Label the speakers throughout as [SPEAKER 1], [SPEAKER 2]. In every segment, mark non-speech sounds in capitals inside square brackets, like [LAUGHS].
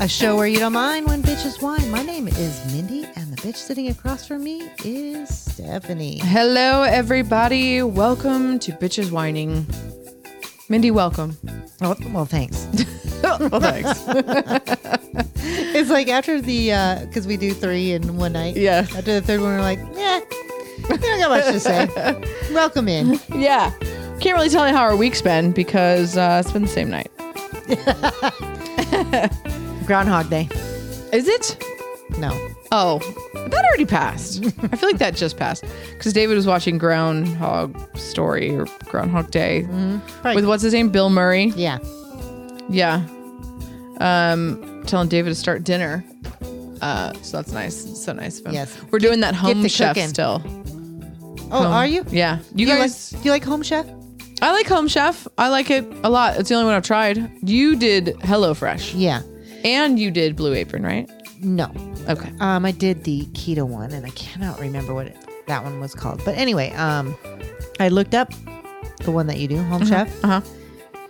[SPEAKER 1] a show where you don't mind when bitches whine. My name is Mindy, and the bitch sitting across from me is Stephanie.
[SPEAKER 2] Hello, everybody. Welcome to Bitches Whining. Mindy, welcome.
[SPEAKER 1] Oh, well, thanks.
[SPEAKER 2] [LAUGHS] well, thanks.
[SPEAKER 1] [LAUGHS] It's like after the, because we do three in one night.
[SPEAKER 2] Yeah.
[SPEAKER 1] After the third one, we're like, yeah, we don't got much to
[SPEAKER 2] [LAUGHS]
[SPEAKER 1] say. Welcome in.
[SPEAKER 2] yeah. Can't really tell you how our week's been because uh, it's been the same night.
[SPEAKER 1] Groundhog Day.
[SPEAKER 2] Is it?
[SPEAKER 1] No.
[SPEAKER 2] Oh, that already passed. I feel like that just passed because David was watching Groundhog Story or Groundhog Day
[SPEAKER 1] Right.
[SPEAKER 2] with what's his name? Bill Murray.
[SPEAKER 1] Yeah.
[SPEAKER 2] Yeah. Um, telling David to start dinner. Uh, so that's nice. So nice of him.
[SPEAKER 1] Yes.
[SPEAKER 2] We're doing that home
[SPEAKER 1] the
[SPEAKER 2] chef
[SPEAKER 1] cooking.
[SPEAKER 2] still.
[SPEAKER 1] Oh,
[SPEAKER 2] Home-
[SPEAKER 1] are you?
[SPEAKER 2] Yeah. You
[SPEAKER 1] Do you,
[SPEAKER 2] guys.
[SPEAKER 1] like, do you like Home Chef?
[SPEAKER 2] I like Home Chef. I like it a lot. It's the only one I've tried. You did HelloFresh
[SPEAKER 1] Yeah.
[SPEAKER 2] and you did Blue Apron, right?
[SPEAKER 1] No.
[SPEAKER 2] Okay.
[SPEAKER 1] Um, I did the keto one, and I cannot remember what it, that one was called. But anyway, um, I looked up the one that you do, Home Chef,
[SPEAKER 2] Uh huh.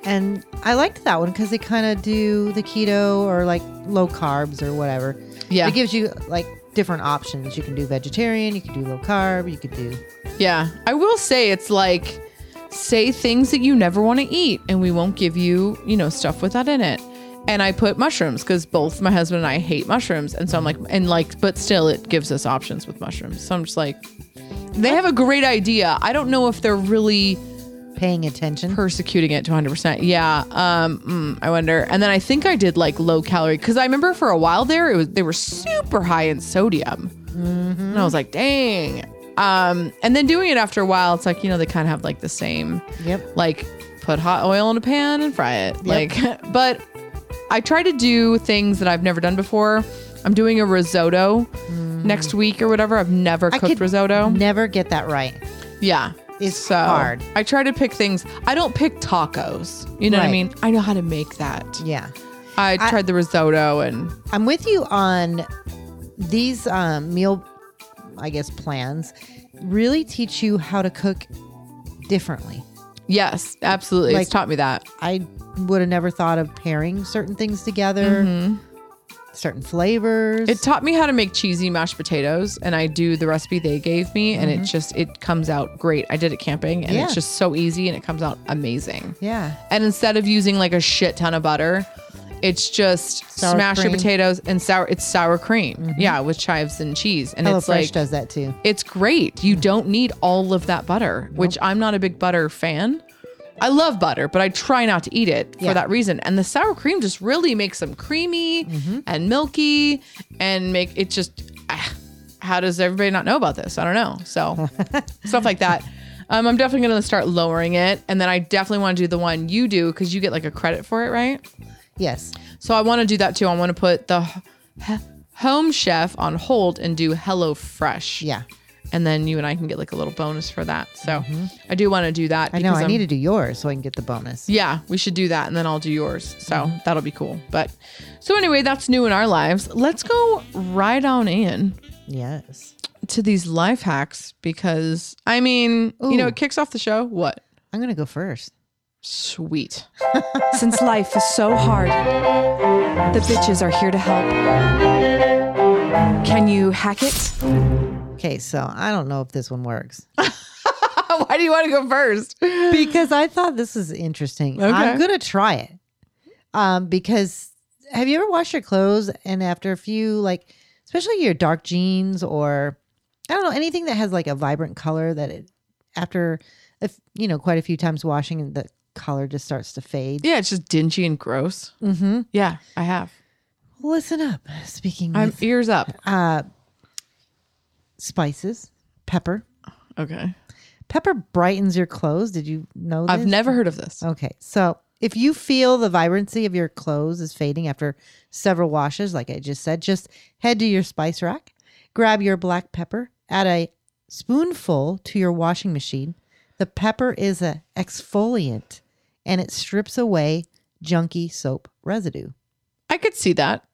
[SPEAKER 1] and I liked that one because they kind of do the keto or like low carbs or whatever.
[SPEAKER 2] Yeah.
[SPEAKER 1] it gives you like different options. You can do vegetarian, you can do low carb, you could do
[SPEAKER 2] Yeah. I will say it's like say things that you never want to eat and we won't give you, you know, stuff with that in it. And I put mushrooms because both my husband and I hate mushrooms. And so I'm like, and like, but still it gives us options with mushrooms. So I'm just like, they have a great idea. I don't know if they're really
[SPEAKER 1] paying attention.
[SPEAKER 2] persecuting it to 100%. Yeah. Um, mm, I wonder. And then I think I did like low calorie because I remember for a while there, it was they were super high in sodium,
[SPEAKER 1] Mm-hmm.
[SPEAKER 2] and I was like, dang. Um, and then doing it after a while, it's like you know they kind of have like the same,
[SPEAKER 1] Yep.
[SPEAKER 2] like put hot oil in a pan and fry it. Like, [LAUGHS] but I try to do things that I've never done before. I'm doing a risotto next week or whatever. I've never
[SPEAKER 1] Mm. I
[SPEAKER 2] cooked
[SPEAKER 1] could
[SPEAKER 2] risotto.
[SPEAKER 1] Never get that right.
[SPEAKER 2] Yeah.
[SPEAKER 1] It's hard.
[SPEAKER 2] I try to pick things. I don't pick tacos. You know what
[SPEAKER 1] Right.
[SPEAKER 2] I mean? I know how to make that.
[SPEAKER 1] Yeah.
[SPEAKER 2] I
[SPEAKER 1] I-
[SPEAKER 2] tried the risotto and
[SPEAKER 1] I'm with you on these um, meal, I guess, plans really teach you how to cook differently.
[SPEAKER 2] yes, absolutely.
[SPEAKER 1] Like-
[SPEAKER 2] it's taught me that.
[SPEAKER 1] I would have never thought of pairing certain things together, certain flavors.
[SPEAKER 2] Mm-hmm. It taught me how to make cheesy mashed potatoes and I do the recipe they gave me and it just it comes out great. I did it camping and
[SPEAKER 1] Mm-hmm. Yeah.
[SPEAKER 2] it's just so easy and it comes out amazing.
[SPEAKER 1] yeah.
[SPEAKER 2] And instead of using like a shit ton of butter, it's just
[SPEAKER 1] Sour
[SPEAKER 2] smash
[SPEAKER 1] cream. Mm-hmm.
[SPEAKER 2] your potatoes and sour it's sour cream. Yeah, with chives and cheese. And
[SPEAKER 1] HelloFresh
[SPEAKER 2] it's like
[SPEAKER 1] does that too.
[SPEAKER 2] it's great. You don't need all of that butter, which I'm not a big butter fan. I love butter, but I try not to eat it
[SPEAKER 1] Yeah.
[SPEAKER 2] for that reason. And the sour cream just really makes them creamy and milky and make it just ah, how does everybody not know about this? I don't know. So stuff like that. Um, I'm definitely going to start lowering it. And then I definitely want to do the one you do because you get like a credit for it, right?
[SPEAKER 1] Yes.
[SPEAKER 2] So I want to do that too. I want to put the h- home chef on hold and do Hello Fresh
[SPEAKER 1] Yeah.
[SPEAKER 2] and then you and I can get like a little bonus for that. So I do want to do that.
[SPEAKER 1] I know. I
[SPEAKER 2] I'm-
[SPEAKER 1] need to do yours so I can get the bonus.
[SPEAKER 2] Yeah, we should do that, and then I'll do yours. So that'll be cool. But so anyway, that's new in our lives. Let's go right on in
[SPEAKER 1] Yes.
[SPEAKER 2] to these life hacks because I mean, you know,
[SPEAKER 1] Ooh.
[SPEAKER 2] it kicks off the show. What
[SPEAKER 1] I'm going to go first.
[SPEAKER 2] sweet? [LAUGHS]
[SPEAKER 3] Since life is so hard, the bitches are here to help. Can you hack it?
[SPEAKER 1] Okay. So I don't know if this one works
[SPEAKER 2] Why do you want to go first?
[SPEAKER 1] because I thought this was interesting. I'm
[SPEAKER 2] Okay.
[SPEAKER 1] going to try it. Um, because have you ever washed your clothes and after a few, like, especially your dark jeans or I don't know, anything that has like a vibrant color that it, after, if you know, quite a few times washing, the color just starts to fade.
[SPEAKER 2] Yeah, it's just dingy and gross.
[SPEAKER 1] Mm-hmm.
[SPEAKER 2] Yeah, I have.
[SPEAKER 1] Listen up. Speaking
[SPEAKER 2] I'm
[SPEAKER 1] with
[SPEAKER 2] ears up.
[SPEAKER 1] uh, spices, pepper.
[SPEAKER 2] Okay,
[SPEAKER 1] Pepper brightens your clothes. Did you know this? Oh.
[SPEAKER 2] I've never heard of this.
[SPEAKER 1] Okay, so If you feel the vibrancy of your clothes is fading after several washes, like I just said, just head to your spice rack, grab your black pepper, add a spoonful to your washing machine. The pepper is a exfoliant and it strips away junky soap residue.
[SPEAKER 2] I could see that.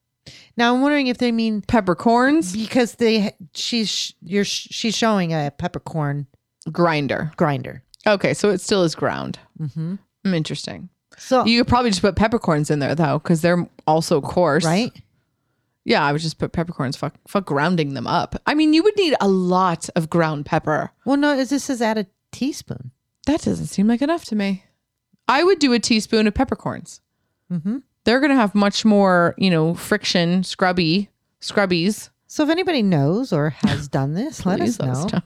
[SPEAKER 1] Now I'm wondering if they mean
[SPEAKER 2] Peppercorns,
[SPEAKER 1] because they she's you're she's showing a peppercorn
[SPEAKER 2] grinder.
[SPEAKER 1] grinder.
[SPEAKER 2] Okay, so it still is ground.
[SPEAKER 1] hmm
[SPEAKER 2] Mm, Interesting.
[SPEAKER 1] So
[SPEAKER 2] You could probably just put peppercorns in there though, because they're also coarse,
[SPEAKER 1] right,
[SPEAKER 2] Yeah, I would just put peppercorns. Fuck, fuck, grounding them up. I mean, you would need a lot of ground pepper.
[SPEAKER 1] well, no, it just says add a teaspoon.
[SPEAKER 2] That doesn't seem like enough to me. I would do a teaspoon of peppercorns.
[SPEAKER 1] hmm
[SPEAKER 2] They're gonna have much more, you know, friction, scrubby, scrubbies.
[SPEAKER 1] So if anybody knows
[SPEAKER 2] [LAUGHS]
[SPEAKER 1] or has done this, let us
[SPEAKER 2] Please
[SPEAKER 1] know.
[SPEAKER 2] know.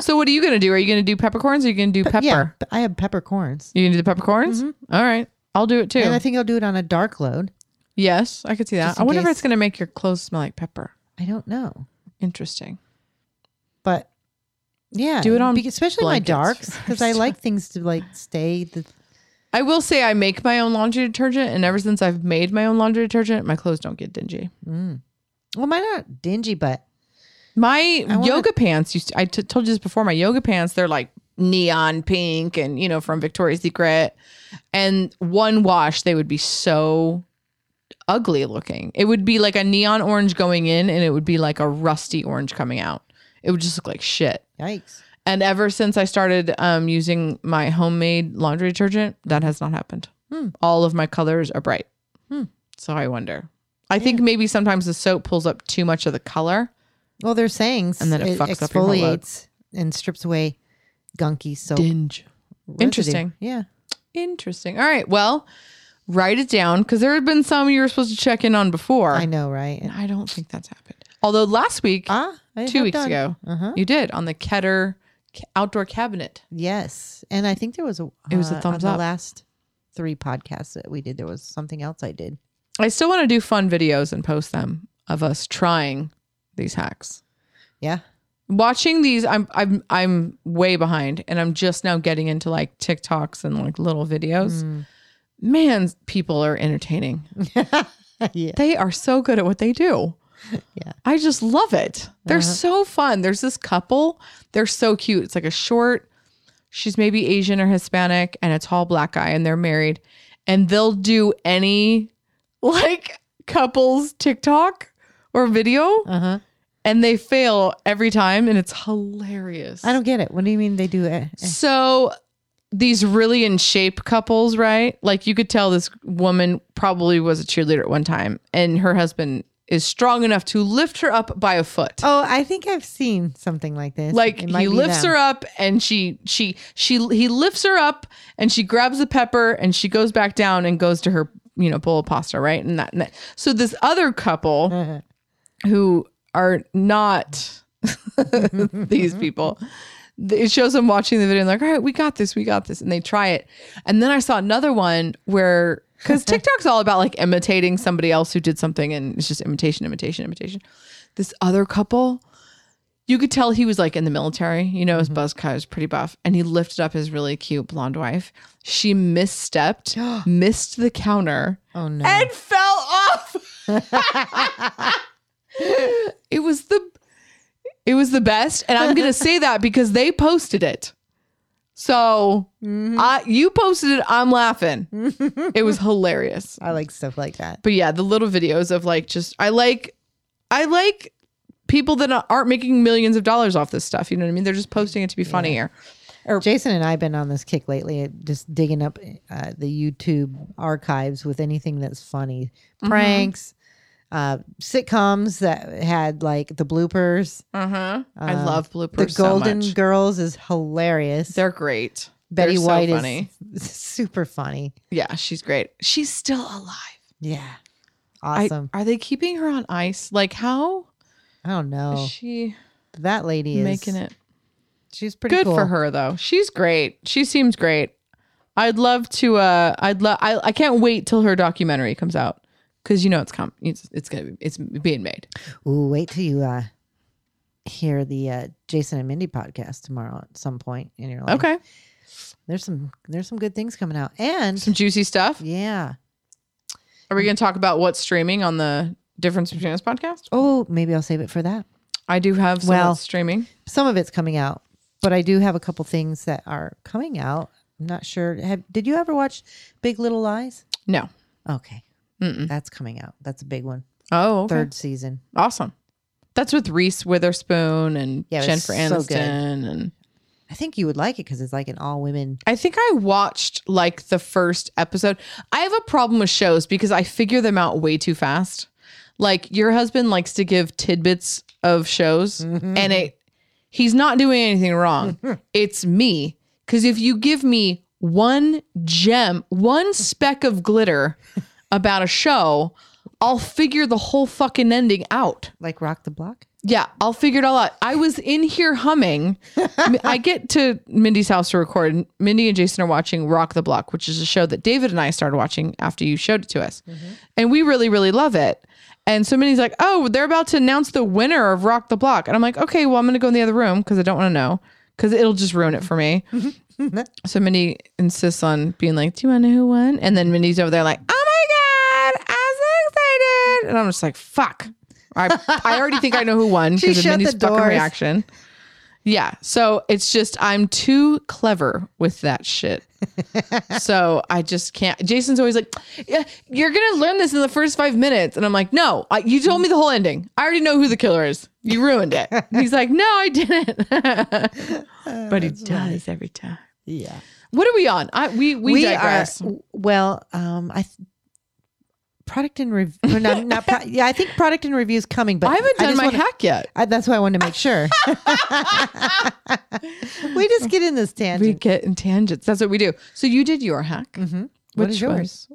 [SPEAKER 2] [LAUGHS] so, what are you gonna do? Are you gonna do peppercorns? Or are you gonna do pepper?
[SPEAKER 1] Yeah, but I have peppercorns,
[SPEAKER 2] You gonna do the peppercorns? All right, I'll do it too.
[SPEAKER 1] and I think I'll do it on a dark load.
[SPEAKER 2] yes, I could see that.
[SPEAKER 1] Just
[SPEAKER 2] I
[SPEAKER 1] in
[SPEAKER 2] wonder if
[SPEAKER 1] case.
[SPEAKER 2] it's gonna make your clothes smell like pepper.
[SPEAKER 1] I don't know,
[SPEAKER 2] Interesting.
[SPEAKER 1] but yeah,
[SPEAKER 2] Do it on
[SPEAKER 1] beca- especially my
[SPEAKER 2] blankets
[SPEAKER 1] darks because I
[SPEAKER 2] [LAUGHS] first.
[SPEAKER 1] like things to like stay. The,
[SPEAKER 2] I will say I make my own laundry detergent, and ever since I've made my own laundry detergent, my clothes don't get dingy.
[SPEAKER 1] mm. Well, mine not dingy, but
[SPEAKER 2] My
[SPEAKER 1] wanna-
[SPEAKER 2] yoga pants used to, I t- told you this before, my yoga pants, they're like neon pink and, you know, from Victoria's Secret. And one wash, they would be so ugly looking. It would be like a neon orange going in and it would be like a rusty orange coming out. It would just look like shit.
[SPEAKER 1] yikes.
[SPEAKER 2] And ever since I started um, using my homemade laundry detergent, that has not happened.
[SPEAKER 1] Hmm.
[SPEAKER 2] All of my colors are bright.
[SPEAKER 1] Hmm.
[SPEAKER 2] So I wonder. I think maybe sometimes the soap pulls up too much of the color.
[SPEAKER 1] Well, they're saying
[SPEAKER 2] And then it
[SPEAKER 1] s-
[SPEAKER 2] fucks up your whole load.
[SPEAKER 1] exfoliates and strips away gunky soap.
[SPEAKER 2] Dinge.
[SPEAKER 1] residue.
[SPEAKER 2] Interesting.
[SPEAKER 1] Yeah.
[SPEAKER 2] Interesting. All right. Well, write it down because there had been some you were supposed to check in on before.
[SPEAKER 1] I know, right?
[SPEAKER 2] And I don't think that's happened. Although last week,
[SPEAKER 1] ah, I
[SPEAKER 2] two
[SPEAKER 1] have
[SPEAKER 2] weeks
[SPEAKER 1] done-
[SPEAKER 2] ago,
[SPEAKER 1] Uh-huh.
[SPEAKER 2] you did on the Keter ca- outdoor cabinet.
[SPEAKER 1] Yes. And I think there was a uh,
[SPEAKER 2] It was a
[SPEAKER 1] on
[SPEAKER 2] thumbs
[SPEAKER 1] the
[SPEAKER 2] up.
[SPEAKER 1] last three podcasts that we did. There was something else I did.
[SPEAKER 2] I still want to do fun videos and post them of us trying these hacks. [LAUGHS]
[SPEAKER 1] Yeah.
[SPEAKER 2] Watching these, I'm I'm I'm way behind, and I'm just now getting into like TikToks and like little videos. Man, people are entertaining.
[SPEAKER 1] yeah.
[SPEAKER 2] They are so good at what they do.
[SPEAKER 1] [LAUGHS] Yeah. Uh-huh.
[SPEAKER 2] I just love it. They're so fun. There's this couple. They're so cute. It's like a short, she's maybe Asian or Hispanic, and a tall black guy, and they're married. And they'll do any [LAUGHS] like couples TikTok or video,
[SPEAKER 1] Uh huh.
[SPEAKER 2] and they fail every time, and it's hilarious.
[SPEAKER 1] I don't get it. What do you mean they do it?
[SPEAKER 2] So these really in shape couples, right? Like you could tell this woman probably was a cheerleader at one time and her husband is strong enough to lift her up by a foot.
[SPEAKER 1] Oh, I think I've seen something like this.
[SPEAKER 2] like
[SPEAKER 1] It might
[SPEAKER 2] he
[SPEAKER 1] be
[SPEAKER 2] lifts
[SPEAKER 1] them.
[SPEAKER 2] her up and she she she he lifts her up and she grabs the pepper and she goes back down and goes to her, you know, bowl of pasta, right? And that, and that. so this other couple
[SPEAKER 1] Uh-huh.
[SPEAKER 2] who are not [LAUGHS]
[SPEAKER 1] [LAUGHS]
[SPEAKER 2] these people. It shows them watching the video and like, all right, we got this, we got this. And they try it. And then I saw another one where,
[SPEAKER 1] [LAUGHS]
[SPEAKER 2] because TikTok's all about like imitating somebody else who did something and it's just imitation, imitation, imitation. This other couple, you could tell he was like in the military, you know, his
[SPEAKER 1] Mm-hmm.
[SPEAKER 2] buzz cut was pretty buff. And he lifted up his really cute blonde wife.
[SPEAKER 1] [GASPS]
[SPEAKER 2] She misstepped, missed the counter,
[SPEAKER 1] Oh no.
[SPEAKER 2] and fell off. it was the it was the best and I'm
[SPEAKER 1] [LAUGHS]
[SPEAKER 2] going to say that because they posted it. So,
[SPEAKER 1] Mm-hmm.
[SPEAKER 2] I you posted it,
[SPEAKER 1] [LAUGHS]
[SPEAKER 2] I'm laughing. it was hilarious.
[SPEAKER 1] I like stuff like that.
[SPEAKER 2] But yeah, the little videos of like just I like I like people that aren't making millions of dollars off this stuff, you know what I mean? They're just posting it to be funnier.
[SPEAKER 1] Jason and I have been on this kick lately, just digging up uh, the YouTube archives with anything that's funny,
[SPEAKER 2] Mm-hmm.
[SPEAKER 1] pranks, uh, sitcoms that had like the bloopers.
[SPEAKER 2] Uh-huh. I
[SPEAKER 1] Um,
[SPEAKER 2] love
[SPEAKER 1] The
[SPEAKER 2] bloopers
[SPEAKER 1] Golden
[SPEAKER 2] so much.
[SPEAKER 1] Girls is hilarious.
[SPEAKER 2] They're great.
[SPEAKER 1] Betty
[SPEAKER 2] They're so
[SPEAKER 1] White
[SPEAKER 2] funny.
[SPEAKER 1] is [LAUGHS] super funny.
[SPEAKER 2] Yeah, she's great. She's still alive.
[SPEAKER 1] Yeah,
[SPEAKER 2] I-
[SPEAKER 1] awesome.
[SPEAKER 2] are they keeping her on ice? Like how
[SPEAKER 1] I, don't
[SPEAKER 2] is
[SPEAKER 1] know.
[SPEAKER 2] she
[SPEAKER 1] That lady Oh, is
[SPEAKER 2] making it?
[SPEAKER 1] She's pretty
[SPEAKER 2] Good
[SPEAKER 1] cool.
[SPEAKER 2] for her though. She's great. She seems great. I'd love to. Uh, I'd love. I, I can't wait till her documentary comes out because you know it's com. It's, it's gonna. Be, it's being made.
[SPEAKER 1] Ooh, wait till you uh, hear the uh, Jason and Mindy podcast tomorrow at some point in your life.
[SPEAKER 2] Okay.
[SPEAKER 1] there's some there's some good things coming out. And
[SPEAKER 2] Some juicy
[SPEAKER 1] [LAUGHS]
[SPEAKER 2] stuff.
[SPEAKER 1] yeah.
[SPEAKER 2] Are we going to talk about what's streaming on the difference between us podcast?
[SPEAKER 1] Oh, maybe I'll save it for that.
[SPEAKER 2] I do have some
[SPEAKER 1] Well-
[SPEAKER 2] that's streaming.
[SPEAKER 1] Some of it's coming out, but I do have a couple things that are coming out. I'm not sure. Have, did you ever watch Big Little Lies?
[SPEAKER 2] No.
[SPEAKER 1] Okay. That's coming out. That's a big one.
[SPEAKER 2] Oh, okay.
[SPEAKER 1] Third season.
[SPEAKER 2] Awesome. That's with Reese Witherspoon and
[SPEAKER 1] Yeah, it was
[SPEAKER 2] Jennifer
[SPEAKER 1] so
[SPEAKER 2] Aniston
[SPEAKER 1] good.
[SPEAKER 2] and
[SPEAKER 1] I think you would like it because it's like an all women.
[SPEAKER 2] I think I watched like the first episode. I have a problem with shows because I figure them out way too fast. Like your husband likes to give tidbits of shows
[SPEAKER 1] Mm-hmm.
[SPEAKER 2] and it he's not doing anything
[SPEAKER 1] [LAUGHS]
[SPEAKER 2] wrong. it's me cuz if you give me one gem, one speck of glitter about a show, I'll figure the whole fucking ending out.
[SPEAKER 1] Like Rock the Block?
[SPEAKER 2] Yeah, I'll figure it all out. I was in here humming. M- I get to Mindy's house to record. and Mindy and Jason are watching Rock the Block, which is a show that David and I started watching after you showed it to us. And we really, really love it. And so Mindy's like, oh, they're about to announce the winner of Rock the Block. And I'm like, okay, well, I'm going to go in the other room because I don't want to know because it'll just ruin it for me. so Mindy insists on being like, do you want to know who won? And then Mindy's over there like, oh my God, I'm so excited. And I'm just like, fuck. I, I already think I know who won
[SPEAKER 1] [LAUGHS] She
[SPEAKER 2] because of
[SPEAKER 1] shut
[SPEAKER 2] Mindy's
[SPEAKER 1] the
[SPEAKER 2] fucking
[SPEAKER 1] doors.
[SPEAKER 2] reaction. Yeah. So it's just, I'm too clever with
[SPEAKER 1] [LAUGHS]
[SPEAKER 2] that shit. so I just can't. Jason's always like, yeah, you're going to learn this in the first five minutes. And I'm like, no, I, you told me the whole ending. I already know who the killer is. You ruined
[SPEAKER 1] [LAUGHS]
[SPEAKER 2] it. And he's like, no, I didn't. [LAUGHS] but he does every time.
[SPEAKER 1] Yeah.
[SPEAKER 2] What are we on? I, we, we, digress.
[SPEAKER 1] are well. Um, I th- product and review. not, not pro- [LAUGHS] yeah, I think product and review is coming, but
[SPEAKER 2] I haven't done
[SPEAKER 1] just
[SPEAKER 2] my
[SPEAKER 1] wanna-
[SPEAKER 2] hack yet.
[SPEAKER 1] I, that's why I wanted to make sure. [LAUGHS] we just get in this
[SPEAKER 2] We
[SPEAKER 1] tangent.
[SPEAKER 2] get in tangents. That's what we do. So you did your hack.
[SPEAKER 1] Mhm. What
[SPEAKER 2] Which
[SPEAKER 1] is yours?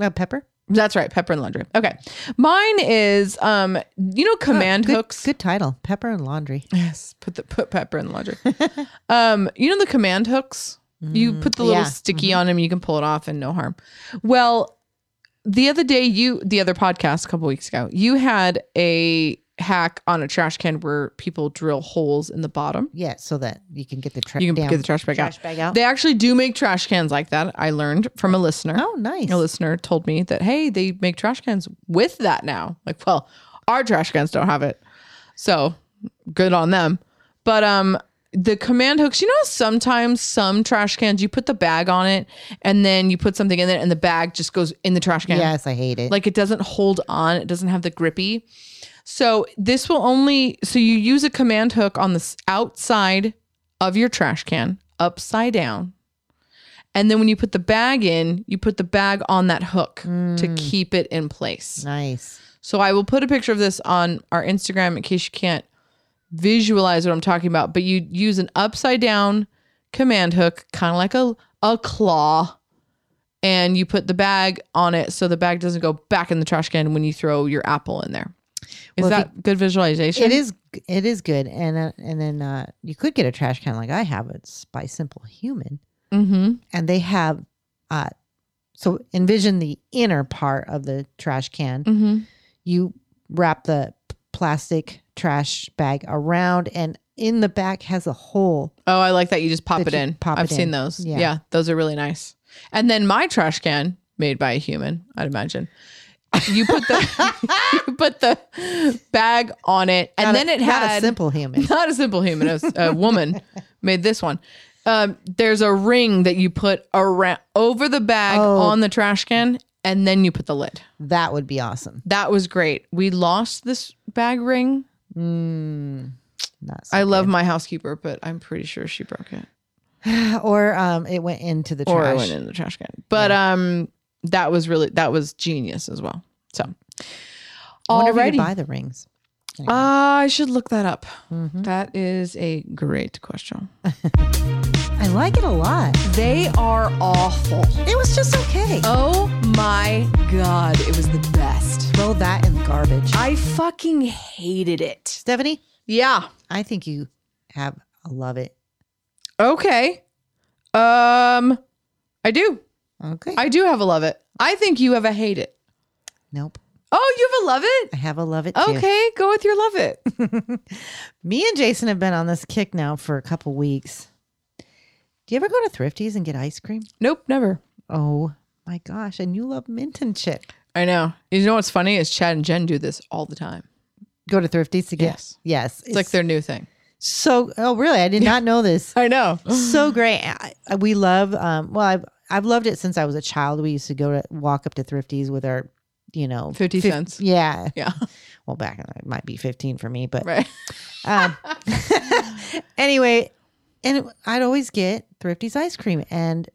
[SPEAKER 1] Uh, pepper.
[SPEAKER 2] That's right, pepper and laundry. Okay, mine is um, you know, command
[SPEAKER 1] Oh, Good-
[SPEAKER 2] hooks.
[SPEAKER 1] Good title. Pepper and laundry.
[SPEAKER 2] Yes, put the put pepper in the laundry. [LAUGHS] um, you know the command hooks. You put the little
[SPEAKER 1] yeah.
[SPEAKER 2] sticky on them. You can pull it off and no harm. Well, the other day, you the other podcast a couple weeks ago, you had a hack on a trash can where people drill holes in the bottom.
[SPEAKER 1] Yeah, so that you can get the tra-
[SPEAKER 2] You can
[SPEAKER 1] damn
[SPEAKER 2] get the trash bag
[SPEAKER 1] trash
[SPEAKER 2] out.
[SPEAKER 1] bag out.
[SPEAKER 2] They actually do make trash cans like that. I learned from a listener.
[SPEAKER 1] oh, nice.
[SPEAKER 2] A listener told me that, hey, they make trash cans with that now. Like, well, our trash cans don't have it. So good on them. But um the command hooks, you know, how sometimes some trash cans you put the bag on it and then you put something in it and the bag just goes in the trash can.
[SPEAKER 1] Yes, I hate it.
[SPEAKER 2] Like it doesn't hold on, it doesn't have the grippy. So this will only so you use a command hook on the s- outside of your trash can, upside down. And then when you put the bag in, you put the bag on that hook to keep it in place.
[SPEAKER 1] nice.
[SPEAKER 2] So I will put a picture of this on our Instagram in case you can't visualize what I'm talking about. But you use an upside down command hook, kind of like a a claw, and you put the bag on it so the bag doesn't go back in the trash can when you throw your apple in there. Is
[SPEAKER 1] Well, if
[SPEAKER 2] that good visualization?
[SPEAKER 1] It is. It is good, and uh, and then uh, you could get a trash can like I have. It's by Simple Human,
[SPEAKER 2] Mm-hmm.
[SPEAKER 1] and they have. Uh, so envision the inner part of the trash can.
[SPEAKER 2] Mm-hmm.
[SPEAKER 1] You wrap the p- plastic trash bag around, and in the back has a hole.
[SPEAKER 2] Oh, I like that. You just pop
[SPEAKER 1] That
[SPEAKER 2] it
[SPEAKER 1] you
[SPEAKER 2] in.
[SPEAKER 1] pop
[SPEAKER 2] I've
[SPEAKER 1] it
[SPEAKER 2] seen
[SPEAKER 1] in.
[SPEAKER 2] those. Yeah.
[SPEAKER 1] Yeah.
[SPEAKER 2] those are really nice. And then my trash can, made by a human, I'd imagine. You put
[SPEAKER 1] [LAUGHS]
[SPEAKER 2] the [LAUGHS] you put the bag on it, and
[SPEAKER 1] Not a-
[SPEAKER 2] then it
[SPEAKER 1] not
[SPEAKER 2] had
[SPEAKER 1] a simple human.
[SPEAKER 2] [LAUGHS] not a simple human. It was
[SPEAKER 1] [LAUGHS]
[SPEAKER 2] a woman made this one. Um, there's a ring that you put around over the bag
[SPEAKER 1] Oh.
[SPEAKER 2] on the trash can, and then you put the lid.
[SPEAKER 1] That would be awesome.
[SPEAKER 2] That was great. We lost this bag ring.
[SPEAKER 1] Mm, not so
[SPEAKER 2] I love my housekeeper, but I'm pretty sure she broke
[SPEAKER 1] [LAUGHS]
[SPEAKER 2] it.
[SPEAKER 1] or um, it went into the
[SPEAKER 2] or I
[SPEAKER 1] trash.
[SPEAKER 2] went in the trash can. But um, that was really that was genius as well. So,
[SPEAKER 1] I wonder if you
[SPEAKER 2] alrighty,
[SPEAKER 1] could buy the rings.
[SPEAKER 2] uh, I should look that up.
[SPEAKER 1] Mhm.
[SPEAKER 2] That is a great question.
[SPEAKER 1] I like it a lot.
[SPEAKER 2] They are awful.
[SPEAKER 1] It was just okay.
[SPEAKER 2] Oh my god, it was the best.
[SPEAKER 1] Throw that in the garbage.
[SPEAKER 2] I fucking hated it.
[SPEAKER 1] Stephanie,
[SPEAKER 2] Yeah.
[SPEAKER 1] I think you have I love it.
[SPEAKER 2] Okay. Um, I do.
[SPEAKER 1] Okay.
[SPEAKER 2] I do have a love it. I think you have a hate it.
[SPEAKER 1] nope.
[SPEAKER 2] Oh, you have a love it.
[SPEAKER 1] I have a love it too.
[SPEAKER 2] Okay, go with your love [LAUGHS] it.
[SPEAKER 1] Me and Jason have been on this kick now for a couple weeks. Do you ever go to Thrifties and get ice cream?
[SPEAKER 2] Nope, never.
[SPEAKER 1] Oh my gosh. And you love mint and shit.
[SPEAKER 2] I know. You know what's funny is Chad and Jen do this all the time.
[SPEAKER 1] Go to Thrifties to get.
[SPEAKER 2] Yes.
[SPEAKER 1] Yes.
[SPEAKER 2] It's, like their new thing.
[SPEAKER 1] so, oh, really? I did not know
[SPEAKER 2] [LAUGHS]
[SPEAKER 1] this.
[SPEAKER 2] I [GASPS] know.
[SPEAKER 1] so great. I, I- we love. Um, well, I've I've loved it since I was a child. We used to go to walk up to Thrifties with our, you know,
[SPEAKER 2] 50
[SPEAKER 1] fif-
[SPEAKER 2] cents.
[SPEAKER 1] Yeah.
[SPEAKER 2] Yeah. [LAUGHS]
[SPEAKER 1] Well, back then, it might be fifteen for me, but
[SPEAKER 2] Right.
[SPEAKER 1] um, anyway, and I'd always get Thrifties ice cream, and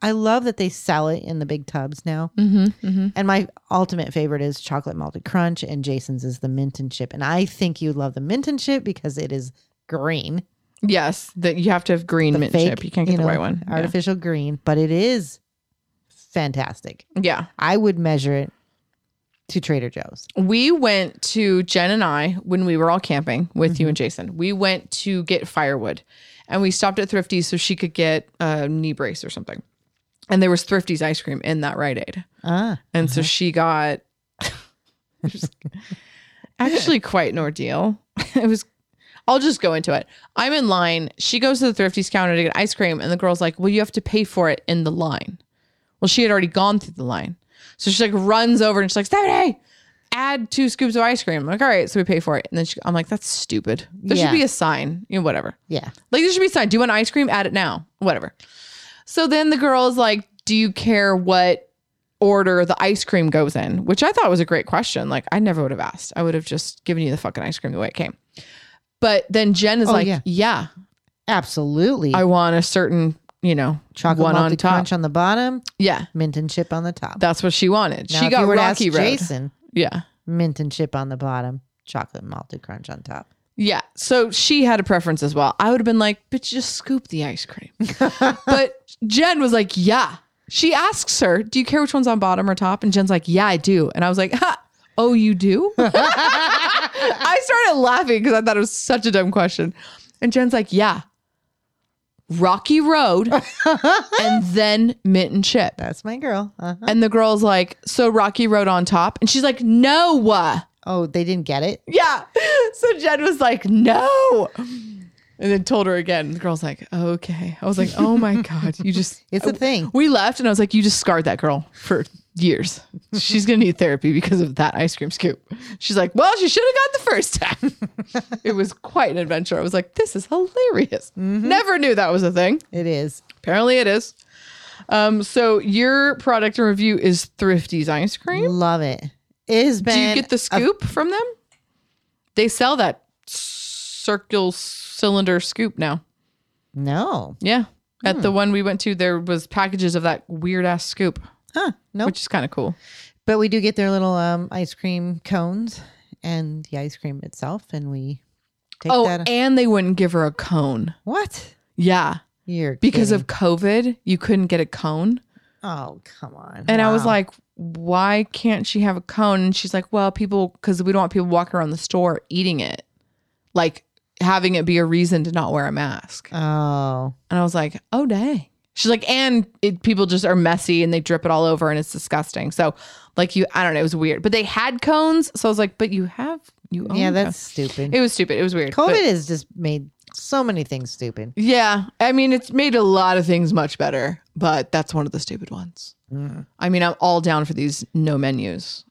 [SPEAKER 1] I love that they sell it in the big tubs now.
[SPEAKER 2] Mm-hmm. mm-hmm.
[SPEAKER 1] And my ultimate favorite is chocolate malted crunch, and Jason's is the mint and chip, and I think you love the mint and chip because it is green.
[SPEAKER 2] Yes. That you have to have green
[SPEAKER 1] the
[SPEAKER 2] mint
[SPEAKER 1] fake,
[SPEAKER 2] chip. You can't get
[SPEAKER 1] you
[SPEAKER 2] the
[SPEAKER 1] know,
[SPEAKER 2] white one. Yeah.
[SPEAKER 1] Artificial green, but it is fantastic.
[SPEAKER 2] yeah.
[SPEAKER 1] I would measure it to Trader Joe's.
[SPEAKER 2] We went to Jen and I when we were all camping with
[SPEAKER 1] Mm-hmm.
[SPEAKER 2] you and Jason. We went to get firewood and we stopped at Thrifty's so she could get a knee brace or something. And there was Thrifty's ice cream in that Rite Aid.
[SPEAKER 1] Ah,
[SPEAKER 2] And so
[SPEAKER 1] [LAUGHS]
[SPEAKER 2] she got it was actually quite an ordeal. [LAUGHS] It was I'll just go into it. I'm in line. She goes to the thrifties counter to get ice cream and the girl's like, "Well, you have to pay for it in the line." Well, she had already gone through the line. So she like runs over and she's like, "Stephanie, add two scoops of ice cream." I'm like, "All right." So we pay for it. And then she, I'm like, "That's stupid. There
[SPEAKER 1] Yeah.
[SPEAKER 2] should be a sign, you know, whatever."
[SPEAKER 1] yeah.
[SPEAKER 2] Like there should be a sign. Do you want ice cream? Add it now. Whatever. So then the girl is like, Do you care what order the ice cream goes in? Which I thought was a great question. Like I never would have asked. I would have just given you the fucking ice cream the way it came. But then Jen is
[SPEAKER 1] Oh,
[SPEAKER 2] like,
[SPEAKER 1] yeah.
[SPEAKER 2] yeah.
[SPEAKER 1] Absolutely.
[SPEAKER 2] I want a certain, you know,
[SPEAKER 1] chocolate
[SPEAKER 2] one on
[SPEAKER 1] malted
[SPEAKER 2] top.
[SPEAKER 1] crunch on the bottom,
[SPEAKER 2] Yeah.
[SPEAKER 1] mint and chip on the top.
[SPEAKER 2] That's what she wanted.
[SPEAKER 1] Now,
[SPEAKER 2] she
[SPEAKER 1] if
[SPEAKER 2] got
[SPEAKER 1] you were to
[SPEAKER 2] Rocky
[SPEAKER 1] ask
[SPEAKER 2] Road.
[SPEAKER 1] Jason,
[SPEAKER 2] Yeah.
[SPEAKER 1] mint and chip on the bottom, chocolate malted crunch on top.
[SPEAKER 2] Yeah. So she had a preference as well. I would have been like, bitch, just scoop the ice cream. but Jen was like, yeah. She asks her, do you care which one's on bottom or top? And Jen's like, yeah, I do. And I was like, ha, oh, you do? I started laughing because I thought it was such a dumb question. And Jen's like, yeah. Rocky Road and then mint and chip.
[SPEAKER 1] That's my girl. Uh-huh.
[SPEAKER 2] And the girl's like, so Rocky Road on top? And she's like, no. uh,
[SPEAKER 1] Oh, they didn't get it.
[SPEAKER 2] Yeah. So Jen was like, no. And then told her again. The girl's like, okay. I was like, oh my God. You just,
[SPEAKER 1] It's a thing.
[SPEAKER 2] we left and I was like, you just scarred that girl for years. She's going to need therapy because of that ice cream scoop. She's like, well, she should have got the first time. [LAUGHS] it was quite an adventure. I was like, this is hilarious. Never knew that was a thing.
[SPEAKER 1] It is.
[SPEAKER 2] Apparently it is. Um, so your product and review is Thrifty's ice cream.
[SPEAKER 1] Love it. It has been.
[SPEAKER 2] Do you get the
[SPEAKER 1] a-
[SPEAKER 2] scoop from them? They sell that circle cylinder scoop now.
[SPEAKER 1] no.
[SPEAKER 2] Yeah. At the one we went to, there was packages of that weird ass scoop,
[SPEAKER 1] Huh. Nope.
[SPEAKER 2] which is kind of cool.
[SPEAKER 1] But we do get their little um, ice cream cones and the ice cream itself, and we take
[SPEAKER 2] oh,
[SPEAKER 1] that.
[SPEAKER 2] and they wouldn't give her a cone.
[SPEAKER 1] what?
[SPEAKER 2] Yeah,
[SPEAKER 1] You're
[SPEAKER 2] because
[SPEAKER 1] kidding.
[SPEAKER 2] of COVID, you couldn't get a cone.
[SPEAKER 1] oh come on.
[SPEAKER 2] And I was
[SPEAKER 1] Wow.
[SPEAKER 2] like, why can't she have a cone? And she's like, well, people, because we don't want people walking around the store eating it, like having it be a reason to not wear a mask.
[SPEAKER 1] oh
[SPEAKER 2] And I was like, oh, dang. She's like, and it, people just are messy and they drip it all over and it's disgusting. So, like, you, I don't know, it was weird. But they had cones. So I was like, but you have, you own
[SPEAKER 1] yeah, that's
[SPEAKER 2] cones.
[SPEAKER 1] stupid.
[SPEAKER 2] oh, It was stupid. It was weird.
[SPEAKER 1] COVID
[SPEAKER 2] but-
[SPEAKER 1] has just made so many things stupid.
[SPEAKER 2] yeah. I mean, it's made a lot of things much better, but that's one of the stupid ones. I mean, I'm all down for these no menus.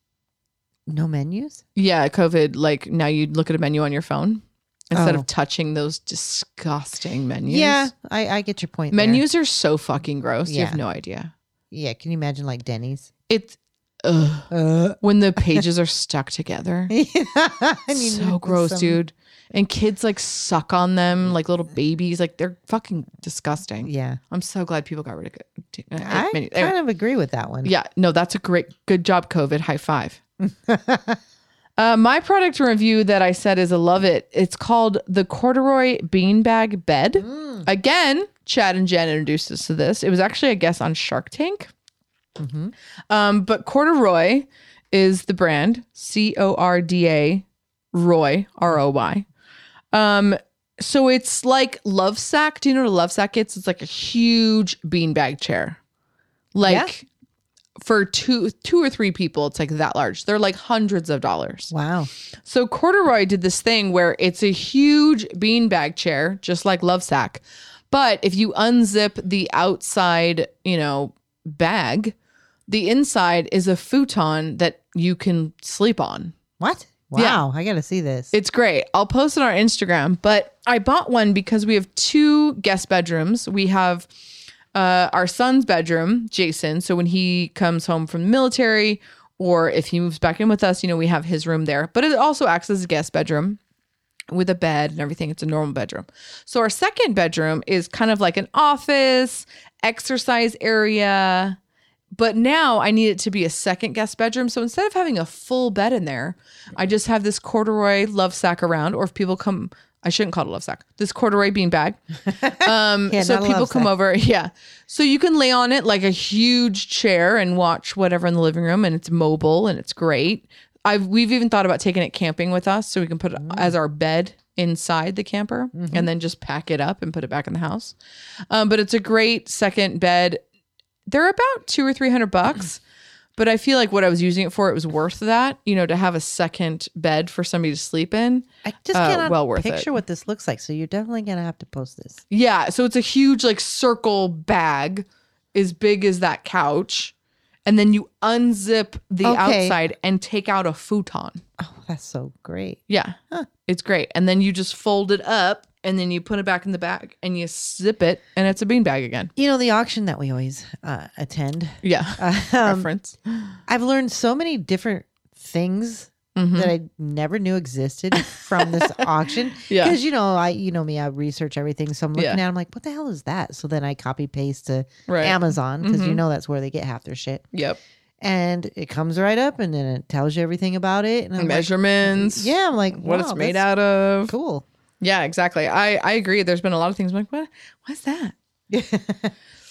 [SPEAKER 1] No menus.
[SPEAKER 2] Yeah, COVID, like now you look at a menu on your phone instead
[SPEAKER 1] Oh.
[SPEAKER 2] of touching those disgusting menus.
[SPEAKER 1] Yeah, I, I get your point. there.
[SPEAKER 2] Menus are so fucking gross. You
[SPEAKER 1] Yeah.
[SPEAKER 2] have no idea.
[SPEAKER 1] Yeah, can you imagine like Denny's?
[SPEAKER 2] It's ugh,
[SPEAKER 1] [LAUGHS] Uh,
[SPEAKER 2] when the pages are stuck
[SPEAKER 1] [LAUGHS]
[SPEAKER 2] together. so gross, dude. And kids like suck on them like little babies. Like they're fucking disgusting.
[SPEAKER 1] Yeah,
[SPEAKER 2] I'm so glad people got rid of it.
[SPEAKER 1] I
[SPEAKER 2] Anyway,
[SPEAKER 1] kind of agree with that one.
[SPEAKER 2] Yeah, no, that's a great, good job, COVID. High five. [LAUGHS] uh, my product review that I said is a love it. It's called the corduroy beanbag bed. Again, Chad and Jen introduced us to this. It was actually a guest on Shark Tank. Um, but corduroy is the brand C O R D A Roy R O Y. Um, so it's like love sack. Do you know what a love sack is? It's like a huge beanbag chair, like for two two or three people. It's like that large. They're like hundreds of dollars.
[SPEAKER 1] Wow.
[SPEAKER 2] So corduroy did this thing where it's a huge beanbag chair, just like Lovesack, But if you unzip the outside, you know, bag, the inside is a futon that you can sleep on.
[SPEAKER 1] What?
[SPEAKER 2] Yeah.
[SPEAKER 1] Wow, I gotta see this.
[SPEAKER 2] It's great. I'll post it on our Instagram, but I bought one because we have two guest bedrooms. We have uh, our son's bedroom, Jason. So when he comes home from the military or if he moves back in with us, you know, we have his room there, but it also acts as a guest bedroom with a bed and everything. It's a normal bedroom. So our second bedroom is kind of like an office, exercise area. But now I need it to be a second guest bedroom. So instead of having a full bed in there, I just have this corduroy love sack around, or if people come, I shouldn't call it a love sack, this corduroy
[SPEAKER 1] [LAUGHS]
[SPEAKER 2] bean bag. Um,
[SPEAKER 1] Yeah,
[SPEAKER 2] so
[SPEAKER 1] not a
[SPEAKER 2] people
[SPEAKER 1] love
[SPEAKER 2] come
[SPEAKER 1] sack.
[SPEAKER 2] over. [LAUGHS] Yeah. So you can lay on it like a huge chair and watch whatever in the living room, and it's mobile and it's great. I've we've even thought about taking it camping with us, so we can put it
[SPEAKER 1] Mm.
[SPEAKER 2] as our bed inside the camper,
[SPEAKER 1] Mm-hmm.
[SPEAKER 2] and then just pack it up and put it back in the house. Um, but it's a great second bed. They're about two or three hundred bucks, but I feel like what I was using it for, it was worth that. You know, to have a second bed for somebody to sleep in.
[SPEAKER 1] I just
[SPEAKER 2] uh,
[SPEAKER 1] cannot
[SPEAKER 2] well worth it.
[SPEAKER 1] picture what this looks like. So you're definitely gonna have to post this.
[SPEAKER 2] Yeah, so it's a huge like circle bag, as big as that couch, and then you unzip the
[SPEAKER 1] Okay.
[SPEAKER 2] outside and take out a futon.
[SPEAKER 1] Oh, that's so great.
[SPEAKER 2] Yeah, it's great. And then you just fold it up, and then you put it back in the bag, and you zip it, and it's a beanbag again.
[SPEAKER 1] You know the auction that we always uh, attend. [LAUGHS]
[SPEAKER 2] Yeah,
[SPEAKER 1] Um,
[SPEAKER 2] reference.
[SPEAKER 1] I've learned so many different things
[SPEAKER 2] Mhm.
[SPEAKER 1] that I never knew existed from
[SPEAKER 2] [LAUGHS]
[SPEAKER 1] this auction.
[SPEAKER 2] Yeah.
[SPEAKER 1] Because you know, I you know me, I research everything. So I'm looking
[SPEAKER 2] Yeah.
[SPEAKER 1] at it, I'm like, what the hell is that? So then I copy paste to
[SPEAKER 2] Right.
[SPEAKER 1] Amazon because you
[SPEAKER 2] Mhm.
[SPEAKER 1] know that's where they get half their shit.
[SPEAKER 2] Yep.
[SPEAKER 1] And it comes right up and then it tells you everything about it. And I'm like,
[SPEAKER 2] Measurements.
[SPEAKER 1] yeah, I'm like,
[SPEAKER 2] What it's
[SPEAKER 1] wow,
[SPEAKER 2] made
[SPEAKER 1] that's
[SPEAKER 2] out of.
[SPEAKER 1] Cool.
[SPEAKER 2] Yeah, exactly. I I agree. There's been a lot of things I'm like, what? What's
[SPEAKER 1] [LAUGHS]
[SPEAKER 2] that?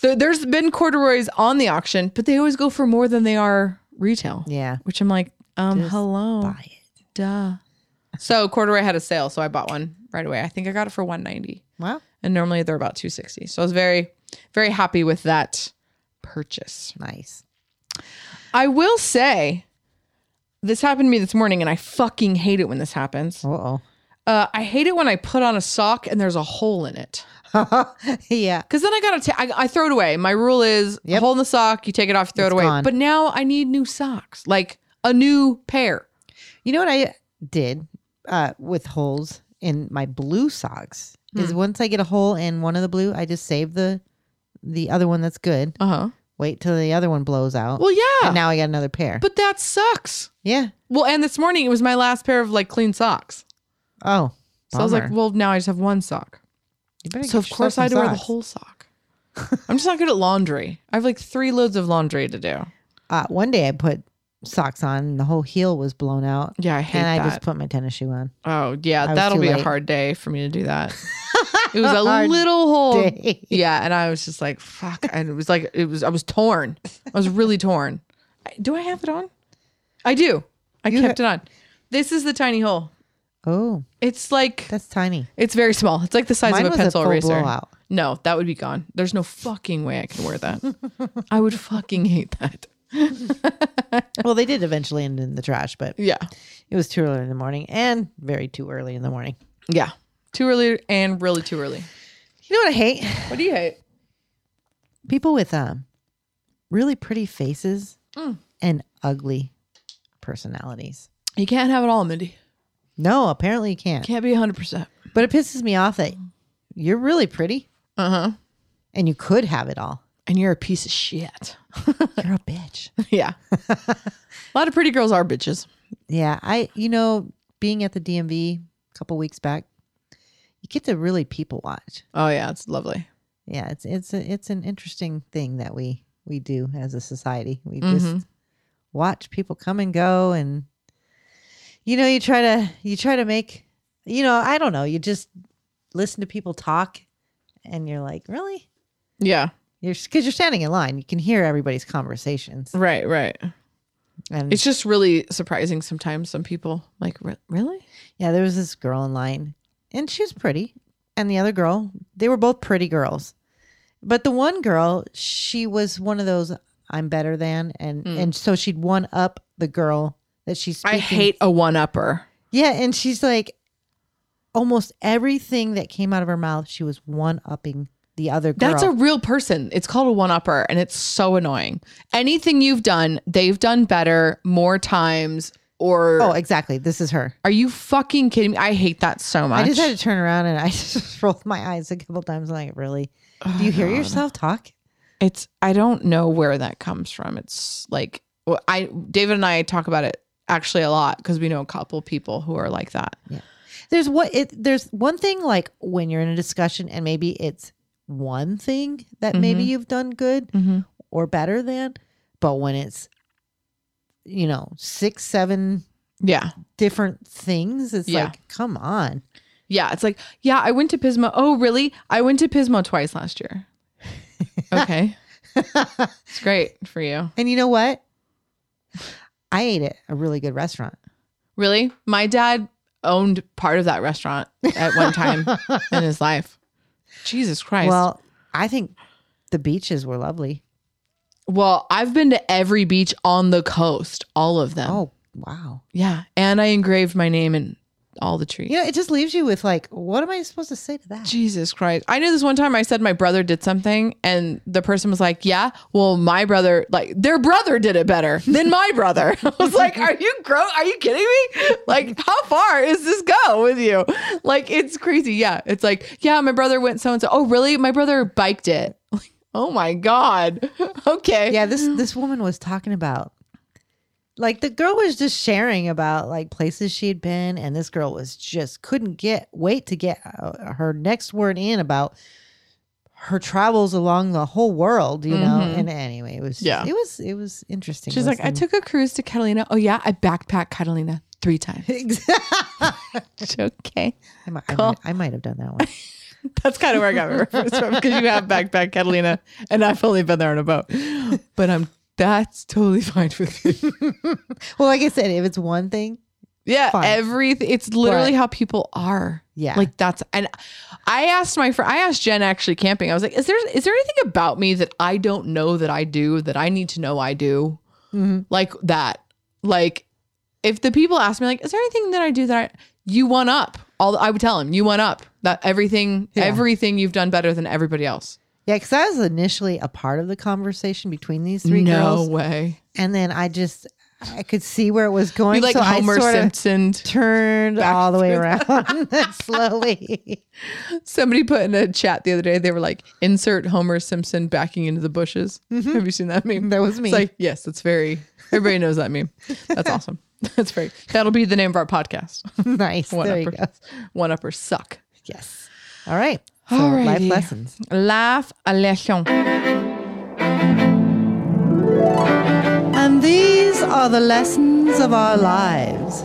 [SPEAKER 2] There- There's been corduroys on the auction, but they always go for more than they are retail.
[SPEAKER 1] Yeah.
[SPEAKER 2] Which I'm like, um, hello,
[SPEAKER 1] Buy it.
[SPEAKER 2] duh. So corduroy had a sale, so I bought one right away. I think I got it for 190,
[SPEAKER 1] Wow.
[SPEAKER 2] and normally they're about 260. So I was very, very happy with that purchase.
[SPEAKER 1] Nice.
[SPEAKER 2] I will say, this happened to me this morning, and I fucking hate it when this happens.
[SPEAKER 1] Uh oh.
[SPEAKER 2] Uh, I hate it when I put on a sock and there's a hole in it.
[SPEAKER 1] [LAUGHS] yeah.
[SPEAKER 2] Because then I gotta, ta- I, I throw it away. My rule is
[SPEAKER 1] Yep.
[SPEAKER 2] hole in the sock, you take it off, you throw
[SPEAKER 1] It's
[SPEAKER 2] it away.
[SPEAKER 1] gone.
[SPEAKER 2] But now I need new socks, like a new pair.
[SPEAKER 1] You know what I did uh, with holes in my blue socks
[SPEAKER 2] Hmm.
[SPEAKER 1] is once I get a hole in one of the blue, I just save the the other one that's good.
[SPEAKER 2] Uh huh.
[SPEAKER 1] Wait till the other one blows out.
[SPEAKER 2] Well, yeah.
[SPEAKER 1] Uh-huh. And now I got another pair.
[SPEAKER 2] but that sucks.
[SPEAKER 1] yeah.
[SPEAKER 2] Well, and this morning it was my last pair of like clean socks.
[SPEAKER 1] Oh.
[SPEAKER 2] So I was like,
[SPEAKER 1] bummer.
[SPEAKER 2] well, now I just have one sock.
[SPEAKER 1] You better get
[SPEAKER 2] So of
[SPEAKER 1] yourself
[SPEAKER 2] course I
[SPEAKER 1] some
[SPEAKER 2] had to wear the
[SPEAKER 1] socks. [LAUGHS]
[SPEAKER 2] whole sock. I'm just not good at laundry. I have like three loads of laundry to do.
[SPEAKER 1] Uh, one day I put socks on and the whole heel was blown out.
[SPEAKER 2] Yeah, I hate
[SPEAKER 1] and I
[SPEAKER 2] that.
[SPEAKER 1] just put my tennis shoe on.
[SPEAKER 2] oh, yeah,
[SPEAKER 1] was
[SPEAKER 2] that'll
[SPEAKER 1] too
[SPEAKER 2] be a
[SPEAKER 1] late.
[SPEAKER 2] hard day for me to do [LAUGHS] that. it was a
[SPEAKER 1] Hard
[SPEAKER 2] little hole.
[SPEAKER 1] Day.
[SPEAKER 2] Yeah, and I was just like, fuck. And it was like, it was, I was torn. I was really torn. [LAUGHS] I- Do I have it on? I do. I kept it on. This is the tiny hole.
[SPEAKER 1] Oh,
[SPEAKER 2] It's like,
[SPEAKER 1] that's
[SPEAKER 2] [LAUGHS]
[SPEAKER 1] tiny.
[SPEAKER 2] it's very small. It's like the size
[SPEAKER 1] Mine
[SPEAKER 2] of a
[SPEAKER 1] was a
[SPEAKER 2] pencil
[SPEAKER 1] full
[SPEAKER 2] eraser.
[SPEAKER 1] blowout.
[SPEAKER 2] No, that would be gone. There's no fucking way I could wear that. I [LAUGHS] would fucking hate that.
[SPEAKER 1] well, they did eventually end in the trash, but
[SPEAKER 2] Yeah.
[SPEAKER 1] it was too early in the morning and very too early in the morning.
[SPEAKER 2] Yeah. Too early and really too early.
[SPEAKER 1] You know what I hate?
[SPEAKER 2] What do you hate?
[SPEAKER 1] People with um really pretty faces and ugly personalities.
[SPEAKER 2] You can't have it all, Mindy.
[SPEAKER 1] No, apparently you can't.
[SPEAKER 2] Can't be 100%.
[SPEAKER 1] But it pisses me off that you're really pretty
[SPEAKER 2] Uh huh.
[SPEAKER 1] Uh-huh. and you could have it all.
[SPEAKER 2] And you're a piece of shit.
[SPEAKER 1] [LAUGHS]
[SPEAKER 2] [LAUGHS]
[SPEAKER 1] You're a bitch.
[SPEAKER 2] yeah. a lot of pretty girls are bitches.
[SPEAKER 1] Yeah, I you know, being at the DMV a couple weeks back, you get to really people watch.
[SPEAKER 2] Oh yeah, it's lovely.
[SPEAKER 1] Yeah, it's it's a, it's an interesting thing that we we do as a society. We just watch people come and go and you know, you try to you try to make you know, I don't know, you just listen to people talk and you're like, "Really?"
[SPEAKER 2] Yeah.
[SPEAKER 1] You're cuz you're standing in line, you can hear everybody's conversations.
[SPEAKER 2] Right. Right.
[SPEAKER 1] And
[SPEAKER 2] It's just really surprising sometimes. Some people like "Re- really.
[SPEAKER 1] Yeah, there was this girl in line, and she was pretty. And the other girl, they were both pretty girls. But the one girl, she was one of those I'm better than, and and so she'd one up the girl that she's.
[SPEAKER 2] Hmm. I
[SPEAKER 1] Speaking.
[SPEAKER 2] hate a one upper.
[SPEAKER 1] Yeah, and she's like, almost everything that came out of her mouth, she was one upping the other girl.
[SPEAKER 2] That's a real person. It's called a one upper, and it's so annoying. Anything you've done, they've done better more times. Or
[SPEAKER 1] oh, exactly. This is her.
[SPEAKER 2] are you fucking kidding me? I hate that so much.
[SPEAKER 1] I just had to turn around and [LAUGHS] I just rolled my eyes a couple times. I'm like, really? Do you
[SPEAKER 2] Oh,
[SPEAKER 1] hear yourself talk?
[SPEAKER 2] it's I don't know where that comes from. It's like well, I David and I talk about it actually a lot because we know a couple people who are like that.
[SPEAKER 1] There's what it. There's one thing like when you're in a discussion and maybe it's one thing that maybe you've done good
[SPEAKER 2] Mhm.
[SPEAKER 1] or better than, but when it's you know six, seven
[SPEAKER 2] Yeah.
[SPEAKER 1] different things, it's
[SPEAKER 2] Yeah.
[SPEAKER 1] like, come on.
[SPEAKER 2] Yeah, it's like, yeah, I went to Pismo. Oh, really? I went to Pismo twice
[SPEAKER 1] [LAUGHS]
[SPEAKER 2] last year. Okay. it's great for you.
[SPEAKER 1] And you know what? I ate at a really good restaurant.
[SPEAKER 2] Really? My dad owned part of that restaurant at
[SPEAKER 1] [LAUGHS]
[SPEAKER 2] one time in his life. Jesus Christ.
[SPEAKER 1] Well, I think the beaches were lovely.
[SPEAKER 2] well, I've been to every beach on the coast, all of them.
[SPEAKER 1] Oh, wow.
[SPEAKER 2] Yeah. And I engraved my name in all the trees.
[SPEAKER 1] You know, it just leaves you with like, what am I supposed to say to that?
[SPEAKER 2] Jesus Christ. I knew this one time I said my brother did something and the person was like, Yeah, well, my brother, like their brother did it better than my brother. [LAUGHS] I was like, Are you grow are you kidding me? Like, how far is this go with you? Like, it's crazy. Yeah. It's like, yeah, my brother went so and so. Oh, really? My brother biked it. Like, oh my God. [LAUGHS] Okay.
[SPEAKER 1] Yeah, this this woman was talking about like the girl was just sharing about like places she had been and this girl was just couldn't get wait to get uh, her next word in about her travels along the whole world, you know.
[SPEAKER 2] Mhm.
[SPEAKER 1] And anyway, it was just-
[SPEAKER 2] Yeah.
[SPEAKER 1] it was it was interesting.
[SPEAKER 2] She's like,
[SPEAKER 1] [LAUGHS]
[SPEAKER 2] I
[SPEAKER 1] listening.
[SPEAKER 2] took a cruise to Catalina. Oh yeah, I backpacked Catalina three times. [LAUGHS] okay.
[SPEAKER 1] I, might, I,
[SPEAKER 2] Cool.
[SPEAKER 1] might, I might have done that one.
[SPEAKER 2] That's kind of where I [LAUGHS] got my reference from because you have backpack Catalina, and I've only been there on a boat. But I'm that's totally [LAUGHS] fine with me.
[SPEAKER 1] [LAUGHS] well, like I said, if it's one thing,
[SPEAKER 2] Yeah,
[SPEAKER 1] Fine.
[SPEAKER 2] everything. It's literally
[SPEAKER 1] But-
[SPEAKER 2] how people are.
[SPEAKER 1] Yeah.
[SPEAKER 2] like that's and I asked my friend. I asked Jen actually camping. I was like, is there is there anything about me that I don't know that I do that I need to know I do
[SPEAKER 1] mhm.
[SPEAKER 2] like that? Like if the people ask me like, is there anything that I do that I you one up? All I would tell them you one up that everything
[SPEAKER 1] Yeah.
[SPEAKER 2] everything you've done better than everybody else.
[SPEAKER 1] yeah, because I was initially a part of the conversation between these three
[SPEAKER 2] no
[SPEAKER 1] girls.
[SPEAKER 2] way.
[SPEAKER 1] and then I just I could see where it was going.
[SPEAKER 2] You like
[SPEAKER 1] so I
[SPEAKER 2] Homer
[SPEAKER 1] sort
[SPEAKER 2] Simpson.
[SPEAKER 1] of turned
[SPEAKER 2] back
[SPEAKER 1] all the way
[SPEAKER 2] through
[SPEAKER 1] around [LAUGHS] slowly.
[SPEAKER 2] Somebody put in a chat the other day. They were like, "Insert Homer Simpson backing into the bushes." Have you seen that meme?
[SPEAKER 1] Mm-hmm. That was me.
[SPEAKER 2] It's like, yes, it's very. Everybody knows that meme.
[SPEAKER 1] [LAUGHS]
[SPEAKER 2] That's awesome. [LAUGHS] That's very. That'll be the name of our podcast.
[SPEAKER 1] [LAUGHS]
[SPEAKER 2] [LAUGHS]
[SPEAKER 1] nice.
[SPEAKER 2] One
[SPEAKER 1] there you
[SPEAKER 2] upper.
[SPEAKER 1] go.
[SPEAKER 2] One upper suck.
[SPEAKER 1] Yes. All right. So life
[SPEAKER 2] Alrighty.
[SPEAKER 1] lessons.
[SPEAKER 2] Laugh a lesson.
[SPEAKER 1] And these are the lessons of our lives.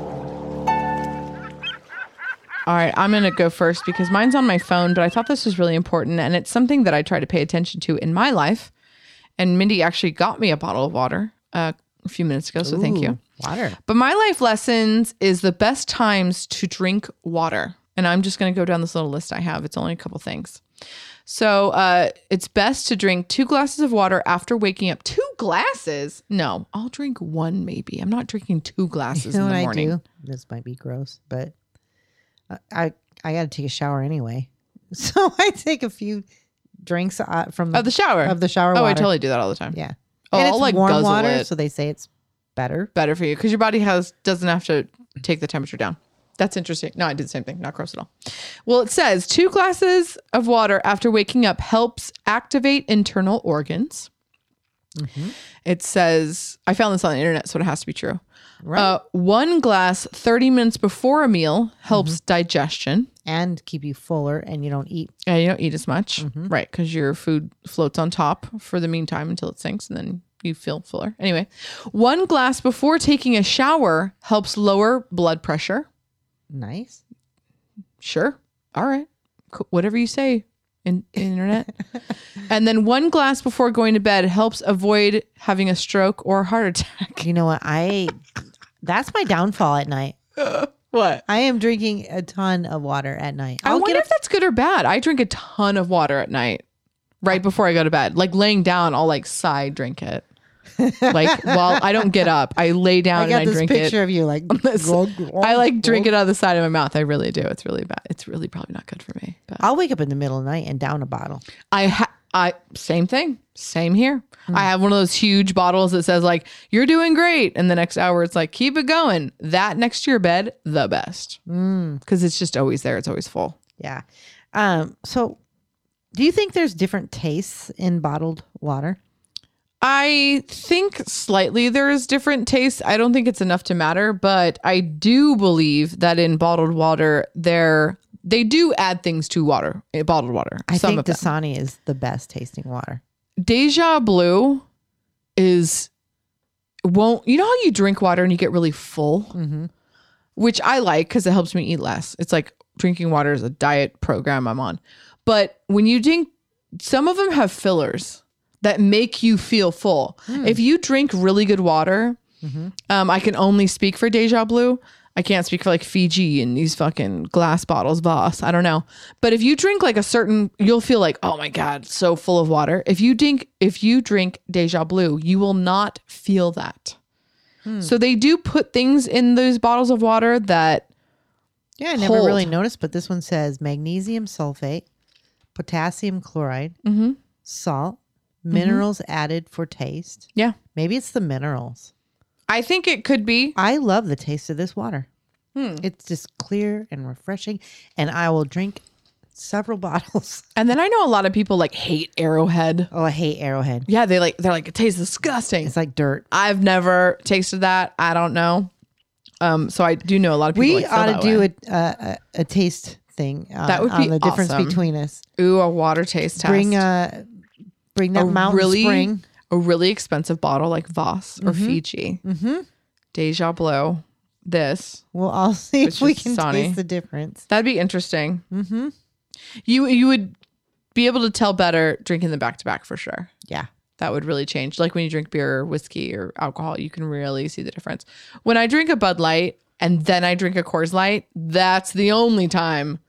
[SPEAKER 2] All right, I'm going to go first because mine's on my phone, but I thought this was really important. And it's something that I try to pay attention to in my life. And Mindy actually got me a bottle of water uh, a few minutes ago. So thank you.
[SPEAKER 1] Ooh, Water.
[SPEAKER 2] But my life lessons is the best times to drink water. And I'm just going to go down this little list I have. It's only a couple things. So uh, it's best to drink two glasses of water after waking up. Two glasses? No, I'll drink one maybe. I'm not drinking two
[SPEAKER 1] You
[SPEAKER 2] glasses
[SPEAKER 1] know
[SPEAKER 2] in
[SPEAKER 1] what
[SPEAKER 2] the
[SPEAKER 1] I
[SPEAKER 2] morning.
[SPEAKER 1] do? This might be gross, but I I, I got to take a shower anyway, [LAUGHS] so I take a few drinks uh, from the,
[SPEAKER 2] Of the shower.
[SPEAKER 1] of the shower
[SPEAKER 2] oh,
[SPEAKER 1] water.
[SPEAKER 2] I totally do that all the time.
[SPEAKER 1] Yeah.
[SPEAKER 2] Oh,
[SPEAKER 1] and
[SPEAKER 2] I'll
[SPEAKER 1] it's
[SPEAKER 2] like
[SPEAKER 1] warm
[SPEAKER 2] guzzle
[SPEAKER 1] water,
[SPEAKER 2] it.
[SPEAKER 1] so they say it's better.
[SPEAKER 2] Better for you because your body has doesn't have to take the temperature down. That's interesting. No, I did the same thing. Not gross at all. Well, it says two glasses of water after waking up helps activate internal organs. It says, I found this on the internet, so it has to be true.
[SPEAKER 1] Right.
[SPEAKER 2] Uh, one glass 30 minutes before a meal helps digestion.
[SPEAKER 1] and keep you fuller and you don't eat.
[SPEAKER 2] Yeah, you don't eat as much, right? Because your food floats on top for the meantime until it sinks, and then you feel fuller. Anyway, one glass before taking a shower helps lower blood pressure.
[SPEAKER 1] Nice.
[SPEAKER 2] Sure, all right, Co- whatever you say, in, internet. and then one glass before going to bed helps avoid having a stroke or a heart attack.
[SPEAKER 1] You know what? I that's my downfall at night.
[SPEAKER 2] What?
[SPEAKER 1] I am drinking a ton of water at night.
[SPEAKER 2] i
[SPEAKER 1] I'll
[SPEAKER 2] wonder
[SPEAKER 1] get
[SPEAKER 2] if
[SPEAKER 1] up,
[SPEAKER 2] that's good or bad. I drink a ton of water at night, right before I go to bed. Like laying down, I'll like sigh drink it.
[SPEAKER 1] [LAUGHS]
[SPEAKER 2] Like, while I don't get up, I lay down
[SPEAKER 1] I got
[SPEAKER 2] and I
[SPEAKER 1] this
[SPEAKER 2] drink
[SPEAKER 1] picture
[SPEAKER 2] it.
[SPEAKER 1] of you like
[SPEAKER 2] This- [LAUGHS] I like drink it out of the side of my mouth. I really do. It's really bad. It's really probably not good for me. But
[SPEAKER 1] I'll wake up in the middle of the night and down a bottle.
[SPEAKER 2] I ha- I same thing. Same here.
[SPEAKER 1] Hmm.
[SPEAKER 2] I have one of those huge bottles that says like you're doing great and the next hour it's like keep it going. That next to your bed, the best. Mm. Cuz it's just always there. It's always full.
[SPEAKER 1] Yeah. Um, so do you think there's different tastes in bottled water?
[SPEAKER 2] I think slightly there's different tastes. I don't think it's enough to matter, but I do believe that in bottled water there they do add things to water, eh, bottled water.
[SPEAKER 1] I
[SPEAKER 2] some
[SPEAKER 1] think
[SPEAKER 2] of them.
[SPEAKER 1] Dasani is the best tasting water.
[SPEAKER 2] Deja Blue is won't you know how you drink water and you get really full, which I like because it helps me eat less. It's like drinking water is a diet program I'm on, but when you drink, some of them have fillers that make you feel full. If you drink really good water, um, I can only speak for Deja Blue. I can't speak for like Fiji and these fucking glass bottles, boss. I don't know. But if you drink like a certain, you'll feel like, oh my god, so full of water. If you drink, if you drink Deja Blue, you will not feel that.
[SPEAKER 1] Hmm.
[SPEAKER 2] So they do put things in those bottles of water that
[SPEAKER 1] Yeah, I never really
[SPEAKER 2] Hold.
[SPEAKER 1] noticed, but this one says magnesium sulfate, potassium chloride,
[SPEAKER 2] Mm-hmm.
[SPEAKER 1] salt, minerals added for taste.
[SPEAKER 2] yeah.
[SPEAKER 1] Maybe it's the minerals.
[SPEAKER 2] I think it could be.
[SPEAKER 1] I love the taste of this water.
[SPEAKER 2] Hmm.
[SPEAKER 1] It's just clear and refreshing, and I will drink several [LAUGHS] bottles.
[SPEAKER 2] And then I know a lot of people like hate Arrowhead.
[SPEAKER 1] Oh, I hate Arrowhead.
[SPEAKER 2] Yeah, they like they're like it tastes disgusting.
[SPEAKER 1] It's like dirt.
[SPEAKER 2] I've never tasted that. I don't know. Um, so I do know a lot of people.
[SPEAKER 1] We
[SPEAKER 2] like, feel
[SPEAKER 1] ought to
[SPEAKER 2] that
[SPEAKER 1] do
[SPEAKER 2] way.
[SPEAKER 1] a, a a taste thing. Uh,
[SPEAKER 2] That would
[SPEAKER 1] on
[SPEAKER 2] be
[SPEAKER 1] the difference
[SPEAKER 2] awesome.
[SPEAKER 1] between us.
[SPEAKER 2] Ooh, a water taste test.
[SPEAKER 1] Bring uh, bring that mountain
[SPEAKER 2] Oh, really,
[SPEAKER 1] spring.
[SPEAKER 2] a really expensive bottle like Voss or Fiji, mm-hmm. Deja Blue. This
[SPEAKER 1] We'll all [LAUGHS] see
[SPEAKER 2] Which
[SPEAKER 1] if we
[SPEAKER 2] is
[SPEAKER 1] can
[SPEAKER 2] sunny.
[SPEAKER 1] taste the difference.
[SPEAKER 2] that'd be interesting. Mm-hmm. You you would be able to tell better drinking them back to back for sure.
[SPEAKER 1] Yeah.
[SPEAKER 2] That would really change. Like when you drink beer or whiskey or alcohol, you can really see the difference. When I drink a Bud Light and then I drink a Coors Light, that's the only time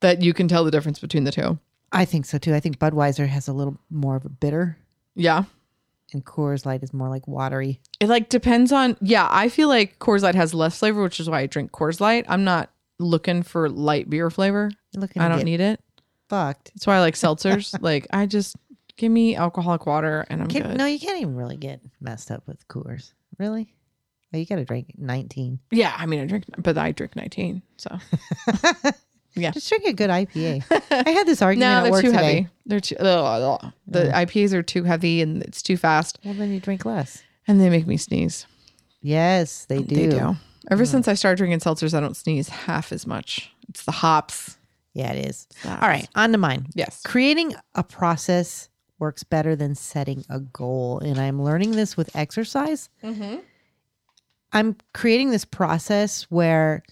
[SPEAKER 2] that you can tell the difference between the two.
[SPEAKER 1] I think so too. I think Budweiser has a little more of a bitter,
[SPEAKER 2] Yeah.
[SPEAKER 1] and Coors Light is more like watery.
[SPEAKER 2] It like depends on yeah. I feel like Coors Light has less flavor, which is why I drink Coors Light. I'm not looking for light beer flavor.
[SPEAKER 1] You're looking
[SPEAKER 2] I
[SPEAKER 1] to
[SPEAKER 2] don't
[SPEAKER 1] get
[SPEAKER 2] need it.
[SPEAKER 1] fucked.
[SPEAKER 2] That's why I
[SPEAKER 1] [LAUGHS]
[SPEAKER 2] like seltzers. like I just give me alcoholic water and I'm
[SPEAKER 1] Can-
[SPEAKER 2] good.
[SPEAKER 1] no, you can't even really get messed up with Coors. Really? Oh, you got to drink 19.
[SPEAKER 2] Yeah, I mean I drink, but I drink 19.
[SPEAKER 1] [LAUGHS]
[SPEAKER 2] So
[SPEAKER 1] Just drink a good IPA. I had this argument
[SPEAKER 2] [LAUGHS] no,
[SPEAKER 1] at
[SPEAKER 2] they're
[SPEAKER 1] work
[SPEAKER 2] too
[SPEAKER 1] today. Mm.
[SPEAKER 2] heavy. They're too ugh, ugh. the IPAs are too heavy and it's too fast
[SPEAKER 1] Well, then you drink less.
[SPEAKER 2] and they make me sneeze.
[SPEAKER 1] Yes, they do. Mm.
[SPEAKER 2] They do. Ever since I started drinking seltzers, I don't sneeze half as much. It's the hops.
[SPEAKER 1] Yeah, it is. All right, on to mine.
[SPEAKER 2] Yes.
[SPEAKER 1] Creating a process works better than setting a goal. And I'm learning this with exercise. I'm creating this process where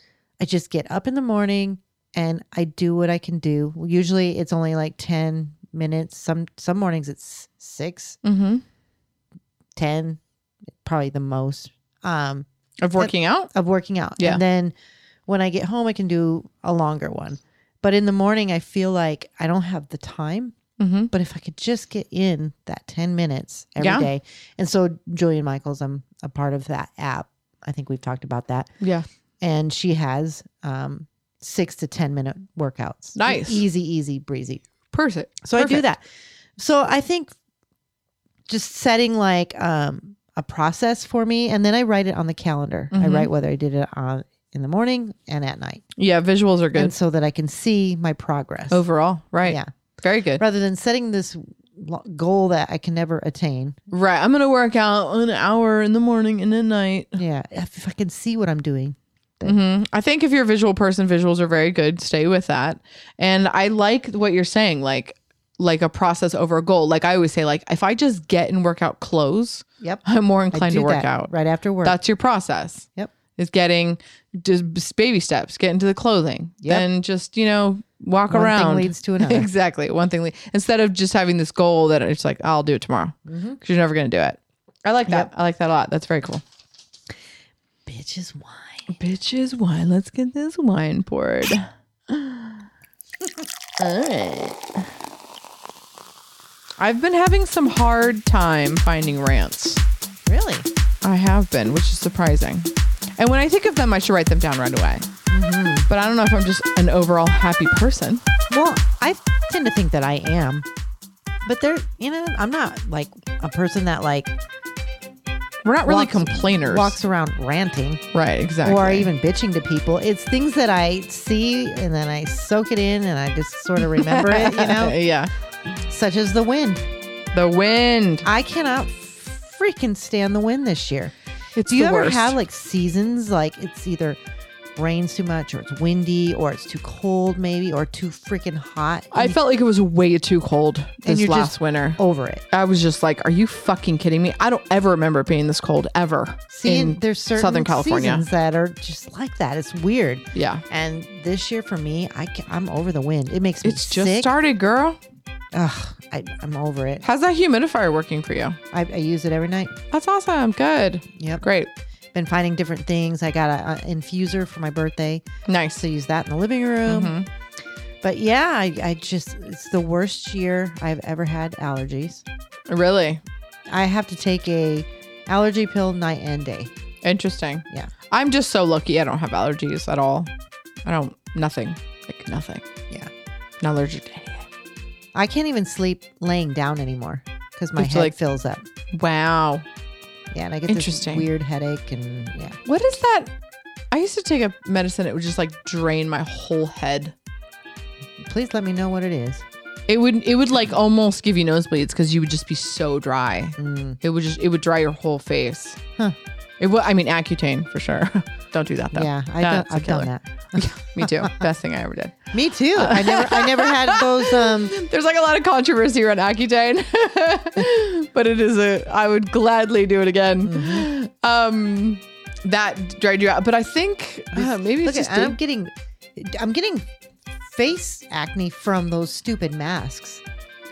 [SPEAKER 1] I just get up in the morning and I do what I can do. Usually it's only like 10 minutes. Some some mornings it's 6,
[SPEAKER 2] Mm-hmm.
[SPEAKER 1] 10, probably the most. Um
[SPEAKER 2] Of working out.
[SPEAKER 1] of working out.
[SPEAKER 2] Yeah.
[SPEAKER 1] And then when I get home, I can do a longer one. But in the morning, I feel like I don't have the time.
[SPEAKER 2] Mm-hmm.
[SPEAKER 1] But if I could just get in that 10 minutes every day,
[SPEAKER 2] Yeah.
[SPEAKER 1] And so Julian Michaels, I'm a part of that app. I think we've talked about that.
[SPEAKER 2] Yeah.
[SPEAKER 1] And she has um, six to 10 minute workouts.
[SPEAKER 2] Nice.
[SPEAKER 1] Easy, easy, breezy.
[SPEAKER 2] Perfect.
[SPEAKER 1] So I do
[SPEAKER 2] Perfect.
[SPEAKER 1] that. So I think just setting like um, a process for me, and then I write it on the calendar. I
[SPEAKER 2] Mhm.
[SPEAKER 1] write whether I did it on in the morning and at night,
[SPEAKER 2] Yeah, visuals are good
[SPEAKER 1] and so that I can see my progress
[SPEAKER 2] overall. Right.
[SPEAKER 1] Yeah,
[SPEAKER 2] Very good. Right.
[SPEAKER 1] rather than setting this lo- goal that I can never attain.
[SPEAKER 2] I'm gonna work out an hour in the morning and at night.
[SPEAKER 1] Yeah, if, if I can see what I'm doing,
[SPEAKER 2] Mhm. I think if you're a visual person, visuals are very good. Stay with that. And I like what you're saying, like like a process over a goal. Like I always say, like if I just get and work out clothes,
[SPEAKER 1] yep,
[SPEAKER 2] I'm more
[SPEAKER 1] I
[SPEAKER 2] inclined
[SPEAKER 1] do
[SPEAKER 2] to work
[SPEAKER 1] that
[SPEAKER 2] out.
[SPEAKER 1] right after work.
[SPEAKER 2] That's your process.
[SPEAKER 1] Yep.
[SPEAKER 2] Is getting just baby steps, get into the clothing,
[SPEAKER 1] Yep.
[SPEAKER 2] then just you know walk
[SPEAKER 1] One thing
[SPEAKER 2] around.
[SPEAKER 1] leads
[SPEAKER 2] [LAUGHS]
[SPEAKER 1] to another.
[SPEAKER 2] exactly. One thing le- instead of just having this goal that it's like I'll do it tomorrow because
[SPEAKER 1] Mm-hmm.
[SPEAKER 2] you're never going to do it. I like that. I like that a lot. That's very cool.
[SPEAKER 1] Bitches, wine.
[SPEAKER 2] Bitches wine. Let's get this
[SPEAKER 1] [SIGHS]
[SPEAKER 2] wine poured. All right. I've been having some hard time finding rants.
[SPEAKER 1] Really?
[SPEAKER 2] I have been, which is surprising. And when I think of them, I should write them down right away.
[SPEAKER 1] Mm-hmm.
[SPEAKER 2] But I don't know if I'm just an overall happy person.
[SPEAKER 1] Well, I tend to think that I am. But they're, you know, I'm not like a person that like
[SPEAKER 2] We're not really
[SPEAKER 1] walks-
[SPEAKER 2] complainers.
[SPEAKER 1] walks around ranting.
[SPEAKER 2] right, exactly.
[SPEAKER 1] or even bitching to people. It's things that I see and then I soak it in and I just sort of remember it, you
[SPEAKER 2] [LAUGHS] Uh,
[SPEAKER 1] know,
[SPEAKER 2] yeah.
[SPEAKER 1] such as the wind.
[SPEAKER 2] The wind.
[SPEAKER 1] I cannot freaking stand the wind this year.
[SPEAKER 2] It's
[SPEAKER 1] Do you
[SPEAKER 2] the
[SPEAKER 1] ever
[SPEAKER 2] worst.
[SPEAKER 1] have like seasons like it's either rains too much or it's windy or it's too cold maybe or too freaking hot?
[SPEAKER 2] I felt like it was way too cold this
[SPEAKER 1] you're
[SPEAKER 2] last
[SPEAKER 1] just-
[SPEAKER 2] winter.
[SPEAKER 1] over it.
[SPEAKER 2] I was just like, "Are you fucking kidding me? I don't ever remember it being this cold ever."
[SPEAKER 1] See,
[SPEAKER 2] in
[SPEAKER 1] and there's certain
[SPEAKER 2] Southern California.
[SPEAKER 1] seasons that are just like that. It's weird.
[SPEAKER 2] Yeah,
[SPEAKER 1] And this year for me, I, ca- I'm over the wind. It makes me
[SPEAKER 2] it's just
[SPEAKER 1] sick.
[SPEAKER 2] started, girl.
[SPEAKER 1] Ugh, I, I'm over it.
[SPEAKER 2] How's that humidifier working for you?
[SPEAKER 1] I, I use it every night.
[SPEAKER 2] That's awesome. Good.
[SPEAKER 1] Yep.
[SPEAKER 2] Great.
[SPEAKER 1] Been finding different things. I got a, a infuser for my birthday,
[SPEAKER 2] Nice.
[SPEAKER 1] so use that in the living room.
[SPEAKER 2] Mhm.
[SPEAKER 1] But yeah, I, I just it's the worst year I've ever had allergies.
[SPEAKER 2] Really
[SPEAKER 1] I have to take a allergy pill night and day.
[SPEAKER 2] interesting.
[SPEAKER 1] Yeah.
[SPEAKER 2] I'm just so lucky. I don't have allergies at all. I don't. Nothing. Like nothing.
[SPEAKER 1] Yeah.
[SPEAKER 2] Not allergic to anything.
[SPEAKER 1] I can't even sleep laying down anymore because my
[SPEAKER 2] It's
[SPEAKER 1] head
[SPEAKER 2] like-
[SPEAKER 1] fills up.
[SPEAKER 2] Wow.
[SPEAKER 1] Yeah, and I get this
[SPEAKER 2] Interesting.
[SPEAKER 1] weird headache and yeah.
[SPEAKER 2] What is that? I used to take a medicine. It would just like drain my whole head.
[SPEAKER 1] Please let me know what it is.
[SPEAKER 2] It would it would like almost give you nosebleeds because you would just be so dry.
[SPEAKER 1] Mm,
[SPEAKER 2] It would just it would dry your whole face.
[SPEAKER 1] Huh.
[SPEAKER 2] It would. I mean, Accutane for sure. [LAUGHS] don't do that though.
[SPEAKER 1] yeah, I
[SPEAKER 2] That's a
[SPEAKER 1] have done
[SPEAKER 2] killer.
[SPEAKER 1] that.
[SPEAKER 2] [LAUGHS] Me too. Best thing I ever did.
[SPEAKER 1] Me too. I never, I never
[SPEAKER 2] [LAUGHS]
[SPEAKER 1] had those. Um,
[SPEAKER 2] There's like a lot of controversy around Accutane, [LAUGHS] but it is a. I would gladly do it again.
[SPEAKER 1] Mm-hmm.
[SPEAKER 2] Um, that dried you out, but I think uh, maybe
[SPEAKER 1] Look
[SPEAKER 2] it's
[SPEAKER 1] at,
[SPEAKER 2] just
[SPEAKER 1] I'm getting, I'm getting face acne from those stupid masks.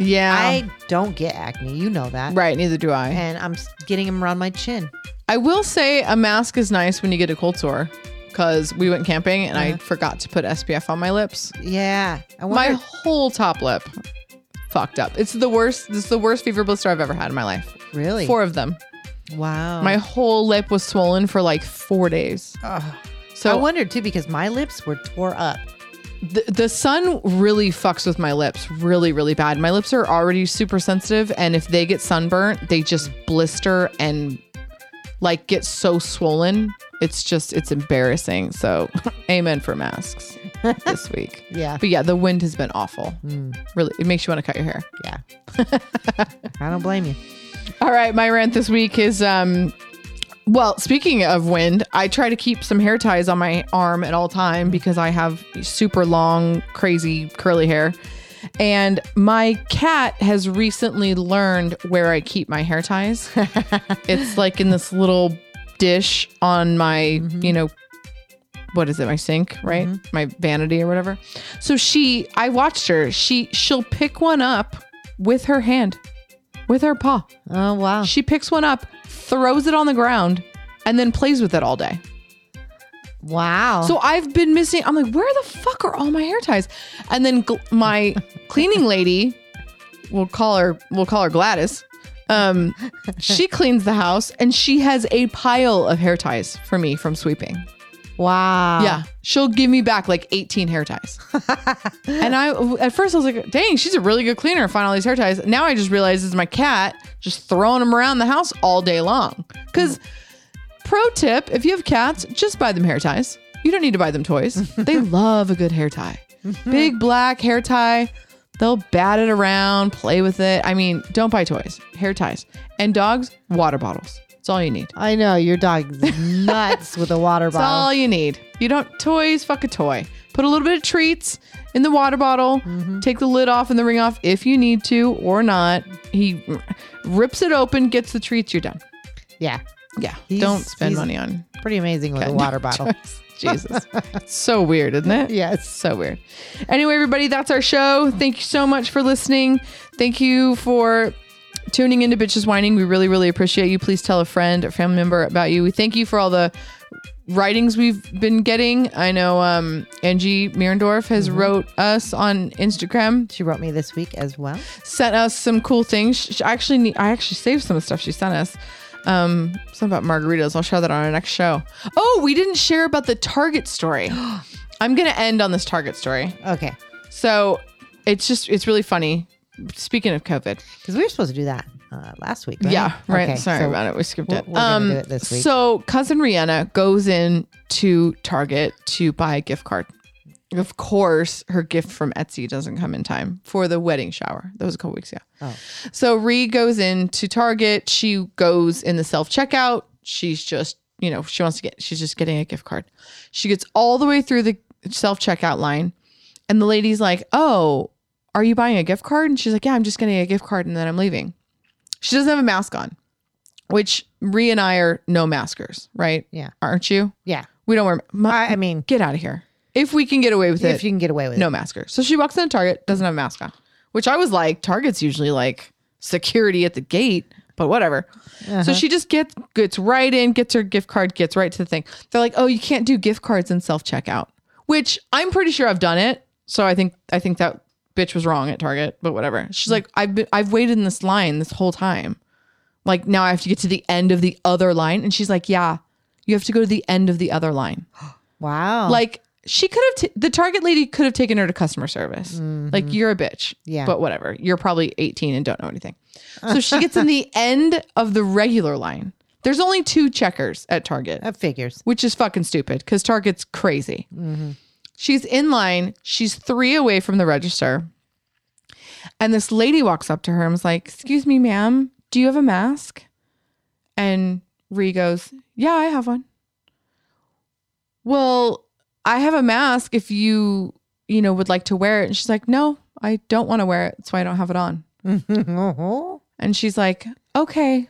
[SPEAKER 2] yeah.
[SPEAKER 1] I don't get acne, you know that,
[SPEAKER 2] Oh. right. Neither do I.
[SPEAKER 1] and I'm s- getting them around my chin.
[SPEAKER 2] I will say a mask is nice when you get a cold sore because we went camping and I forgot to put SPF on my lips.
[SPEAKER 1] Yeah, Uh-huh. I
[SPEAKER 2] My
[SPEAKER 1] wonder.
[SPEAKER 2] whole top lip fucked up. It's the worst. This is the worst fever blister I've ever had in my life.
[SPEAKER 1] really? Oh.
[SPEAKER 2] Four of them.
[SPEAKER 1] wow.
[SPEAKER 2] My whole lip was swollen for like four days.
[SPEAKER 1] I
[SPEAKER 2] So
[SPEAKER 1] wondered too because my lips were tore up.
[SPEAKER 2] the, the sun really fucks with my lips really, really bad. My lips are already super sensitive. And if they get sunburnt, they just blister and like get so swollen. It's just, it's embarrassing. So, [LAUGHS] amen for masks this week.
[SPEAKER 1] Yeah,
[SPEAKER 2] But yeah, the wind has been awful. Really, it makes you want to cut your hair. [LAUGHS]
[SPEAKER 1] yeah. I don't blame you.
[SPEAKER 2] All right, my rant this week is um well, speaking of wind, I try to keep some hair ties on my arm at all time because I have super long, crazy curly hair. And my cat has recently learned where I keep my hair ties. it's like in this little dish on my, you know, what is it my sink right my vanity or whatever so she i watched her she she'll pick one up with her hand with her paw
[SPEAKER 1] Oh wow.
[SPEAKER 2] she picks one up throws it on the ground and then plays with it all day
[SPEAKER 1] Wow.
[SPEAKER 2] so i've been missing i'm like where the fuck are all my hair ties and then gl- my cleaning lady we'll call her we'll call her gladys um she cleans the house and she has a pile of hair ties for me from sweeping
[SPEAKER 1] wow.
[SPEAKER 2] yeah, she'll give me back like 18 hair ties. and I, at first, I was like, dang, she's a really good cleaner, find all these hair ties. Now I just realize it's my cat just throwing them around the house all day long. Because, pro tip, if you have cats, just buy them hair ties. You don't need to buy them toys. they love a good hair tie. Big black hair tie. They'll bat it around, play with it. I mean, don't buy toys, hair ties. And dogs, water bottles. That's all you need.
[SPEAKER 1] I know your dog's
[SPEAKER 2] [LAUGHS]
[SPEAKER 1] nuts with a water
[SPEAKER 2] That's
[SPEAKER 1] bottle.
[SPEAKER 2] all you need. You don't toys, fuck a toy. Put a little bit of treats in the water bottle.
[SPEAKER 1] Mm-hmm.
[SPEAKER 2] Take the lid off and the ring off if you need to or not. He rips it open, gets the treats, you're done.
[SPEAKER 1] yeah,
[SPEAKER 2] Yeah.
[SPEAKER 1] He's-
[SPEAKER 2] don't spend
[SPEAKER 1] he's-
[SPEAKER 2] money on
[SPEAKER 1] pretty amazing with a water bottle.
[SPEAKER 2] Jesus. It's so weird, isn't it?
[SPEAKER 1] Yeah,
[SPEAKER 2] It's so weird. Anyway, everybody, that's our show. Thank you so much for listening. Thank you for tuning into Bitches Whining. We really, really appreciate you. Please tell a friend or family member about you. We thank you for all the writings we've been getting. I know um, Angie Mierendorf has wrote us on Instagram
[SPEAKER 1] She wrote me this week as well.
[SPEAKER 2] sent us some cool things. She she actually, need, I actually saved some of the stuff she sent us. Um, something about margaritas. I'll share that on our next show. Oh, we didn't share about the Target story. I'm gonna end on this Target story.
[SPEAKER 1] Okay.
[SPEAKER 2] So it's just it's really funny. Speaking of COVID,
[SPEAKER 1] Because we were supposed to do that uh, last week, right?
[SPEAKER 2] yeah, right.
[SPEAKER 1] Okay,
[SPEAKER 2] Sorry
[SPEAKER 1] so
[SPEAKER 2] about it. We skipped
[SPEAKER 1] we're-
[SPEAKER 2] it. Um,
[SPEAKER 1] we're gonna do it this week.
[SPEAKER 2] So cousin Rihanna goes in to Target to buy a gift card. Of course, her gift from Etsy doesn't come in time for the wedding shower. That was a couple weeks ago.
[SPEAKER 1] Oh.
[SPEAKER 2] So Ree goes in to Target. She goes in the self checkout. She's just, you know, she wants to get, she's just getting a gift card. She gets all the way through the self checkout line. And the lady's like, Oh, are you buying a gift card? And she's like, Yeah, I'm just getting a gift card and then I'm leaving. She doesn't have a mask on, which Ree and I are no maskers, right?
[SPEAKER 1] Yeah.
[SPEAKER 2] Aren't you?
[SPEAKER 1] Yeah.
[SPEAKER 2] We don't wear, ma-
[SPEAKER 1] I, I mean,
[SPEAKER 2] get out of here. If we can get away with
[SPEAKER 1] if
[SPEAKER 2] it,
[SPEAKER 1] you can get away with
[SPEAKER 2] no
[SPEAKER 1] it.
[SPEAKER 2] masker. So she walks into Target, doesn't have a mask on, which I was like, Target's usually like security at the gate, but whatever. So she just gets gets right in, gets her gift card, gets right to the thing. They're like, oh, you can't do gift cards in self checkout, which I'm pretty sure I've done it. So I think I think that bitch was wrong at Target, but whatever. She's like, I've been, I've waited in this line this whole time. Like now I have to get to the end of the other line, and she's like, yeah, you have to go to the end of the other line.
[SPEAKER 1] Wow.
[SPEAKER 2] Like she could have t- the Target lady could have taken her to customer service. Like you're a bitch.
[SPEAKER 1] Mm-hmm. Yeah.
[SPEAKER 2] But whatever. You're probably 18 and don't know anything. So she gets in the end of the regular line. There's only two checkers at Target,
[SPEAKER 1] that figures.
[SPEAKER 2] which is fucking stupid because Target's crazy. She's in line. She's three away from the register. And this lady walks up to her and was like, Excuse me, ma'am, do you have a mask? And Ree goes, Yeah, I have one. Well, I have a mask if you, you know, would like to wear it. And she's like, No, I don't want to wear it. That's why I don't have it on.
[SPEAKER 1] Uh-huh.
[SPEAKER 2] And she's like, okay.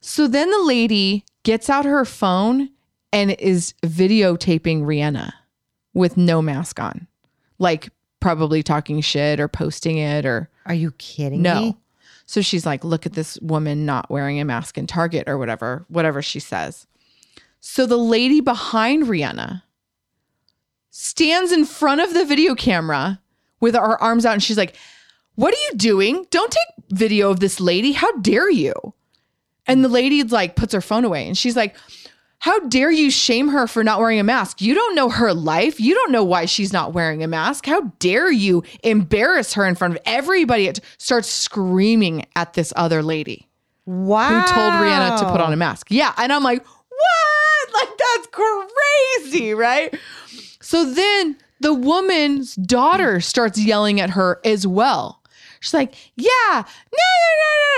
[SPEAKER 2] So then the lady gets out her phone and is videotaping Rihanna with no mask on, like probably talking shit or posting it or
[SPEAKER 1] Are you kidding me?
[SPEAKER 2] no. So she's like, look at this woman not wearing a mask in Target or whatever, whatever she says. So the lady behind Rihanna stands in front of the video camera with her arms out and she's like, what are you doing? Don't take video of this lady. How dare you? And the lady like puts her phone away and she's like, how dare you shame her for not wearing a mask? You don't know her life. You don't know why she's not wearing a mask. How dare you embarrass her in front of everybody? It starts screaming at this other lady
[SPEAKER 1] Wow.
[SPEAKER 2] who told Rihanna to put
[SPEAKER 1] Oh.
[SPEAKER 2] on a mask. Yeah. And I'm like, what? Like, that's crazy, right? So then the woman's daughter starts yelling at her as well. She's like, yeah, no, no, no,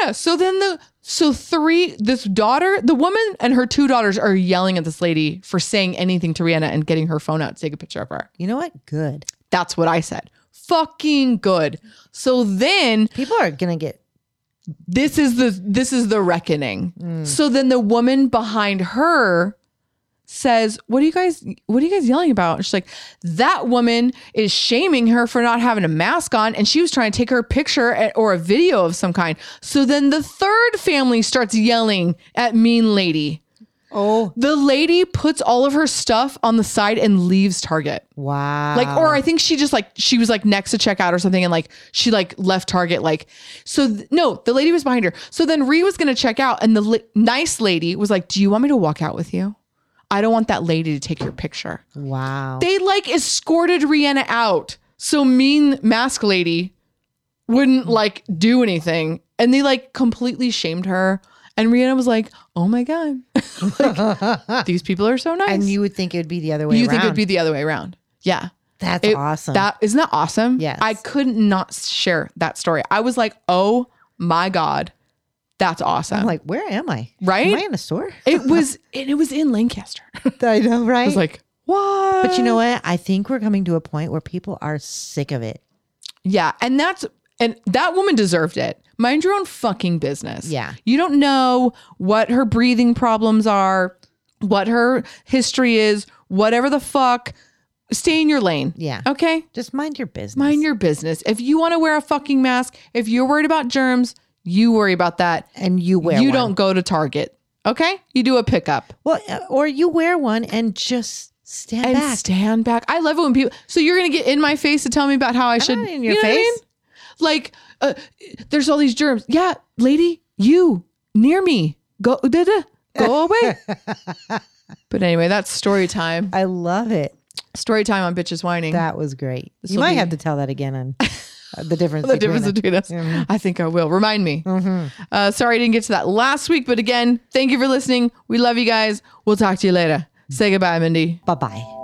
[SPEAKER 2] no, no. So then the, so three, this daughter, the woman and her two daughters are yelling at this lady for saying anything to Rihanna and getting her phone out to take a picture of her.
[SPEAKER 1] You know what? Good.
[SPEAKER 2] That's what I said. Fucking good. So then
[SPEAKER 1] People are gonna get
[SPEAKER 2] this is the this is the reckoning. So then the woman behind her says, "What are you guys what are you guys yelling about?" And she's like, "That woman is shaming her for not having a mask on and she was trying to take her picture at, or a video of some kind." So then the third family starts yelling at mean lady.
[SPEAKER 1] oh
[SPEAKER 2] The lady puts all of her stuff on the side and leaves Target.
[SPEAKER 1] wow.
[SPEAKER 2] Like, or I think she just like she was like next to checkout or something, and like she like left Target. Like, so th- no, the lady was behind her. So then Ree was gonna check out, and the li- nice lady was like, "Do you want me to walk out with you? I don't want that lady to take your picture."
[SPEAKER 1] Oh. wow.
[SPEAKER 2] They like escorted Rihanna out, so mean mask lady wouldn't like do anything, and they like completely shamed her. And Rihanna was like, "Oh my god, [LAUGHS]
[SPEAKER 1] [LAUGHS]
[SPEAKER 2] Like, these people are so nice."
[SPEAKER 1] and you would think it would be the other way
[SPEAKER 2] you
[SPEAKER 1] around.
[SPEAKER 2] think it'd be the other way around? Yeah.
[SPEAKER 1] That's
[SPEAKER 2] It-
[SPEAKER 1] awesome.
[SPEAKER 2] That isn't that awesome?
[SPEAKER 1] Yes.
[SPEAKER 2] I could not share that story. I was like, oh my God, that's awesome.
[SPEAKER 1] I'm like, [LAUGHS] where am I?
[SPEAKER 2] Right?
[SPEAKER 1] Am I in a store?
[SPEAKER 2] it was and it was in Lancaster. [LAUGHS] I
[SPEAKER 1] I know, right?
[SPEAKER 2] was like, what?
[SPEAKER 1] but you know what? I think we're coming to a point where people are sick of it.
[SPEAKER 2] Yeah. And that's and that woman deserved it. Mind your own fucking business.
[SPEAKER 1] Yeah.
[SPEAKER 2] You don't know what her breathing problems are, what her history is, whatever the fuck. Stay in your lane.
[SPEAKER 1] Yeah.
[SPEAKER 2] Okay.
[SPEAKER 1] Oh, Just mind your business.
[SPEAKER 2] Mind your business. If you want to wear a fucking mask, if you're worried about germs, you worry about that.
[SPEAKER 1] and you wear
[SPEAKER 2] you
[SPEAKER 1] one.
[SPEAKER 2] don't go to Target. Okay? You do a pickup
[SPEAKER 1] Well, uh, or you wear one and just stand
[SPEAKER 2] and
[SPEAKER 1] back.
[SPEAKER 2] stand back. I love it when people. So you're gonna get in my face to tell me about how I should
[SPEAKER 1] not in your
[SPEAKER 2] you know what I
[SPEAKER 1] face.
[SPEAKER 2] mean? Like, uh, there's all these germs. Yeah, lady, you near me. Go, da, da,
[SPEAKER 1] [LAUGHS]
[SPEAKER 2] go away. but anyway, that's story time.
[SPEAKER 1] I love it.
[SPEAKER 2] Story time on bitches whining.
[SPEAKER 1] That was great.
[SPEAKER 2] This
[SPEAKER 1] you
[SPEAKER 2] will
[SPEAKER 1] might
[SPEAKER 2] be-
[SPEAKER 1] have to tell that again on uh,
[SPEAKER 2] [LAUGHS]
[SPEAKER 1] the difference.
[SPEAKER 2] the difference between us.
[SPEAKER 1] Mhm.
[SPEAKER 2] I think I will. Remind me.
[SPEAKER 1] Mm-hmm.
[SPEAKER 2] Uh, sorry I didn't get to that last week, but again, thank you for listening. We love you guys. We'll talk to you later. Say goodbye, Mindy.
[SPEAKER 1] Bye bye.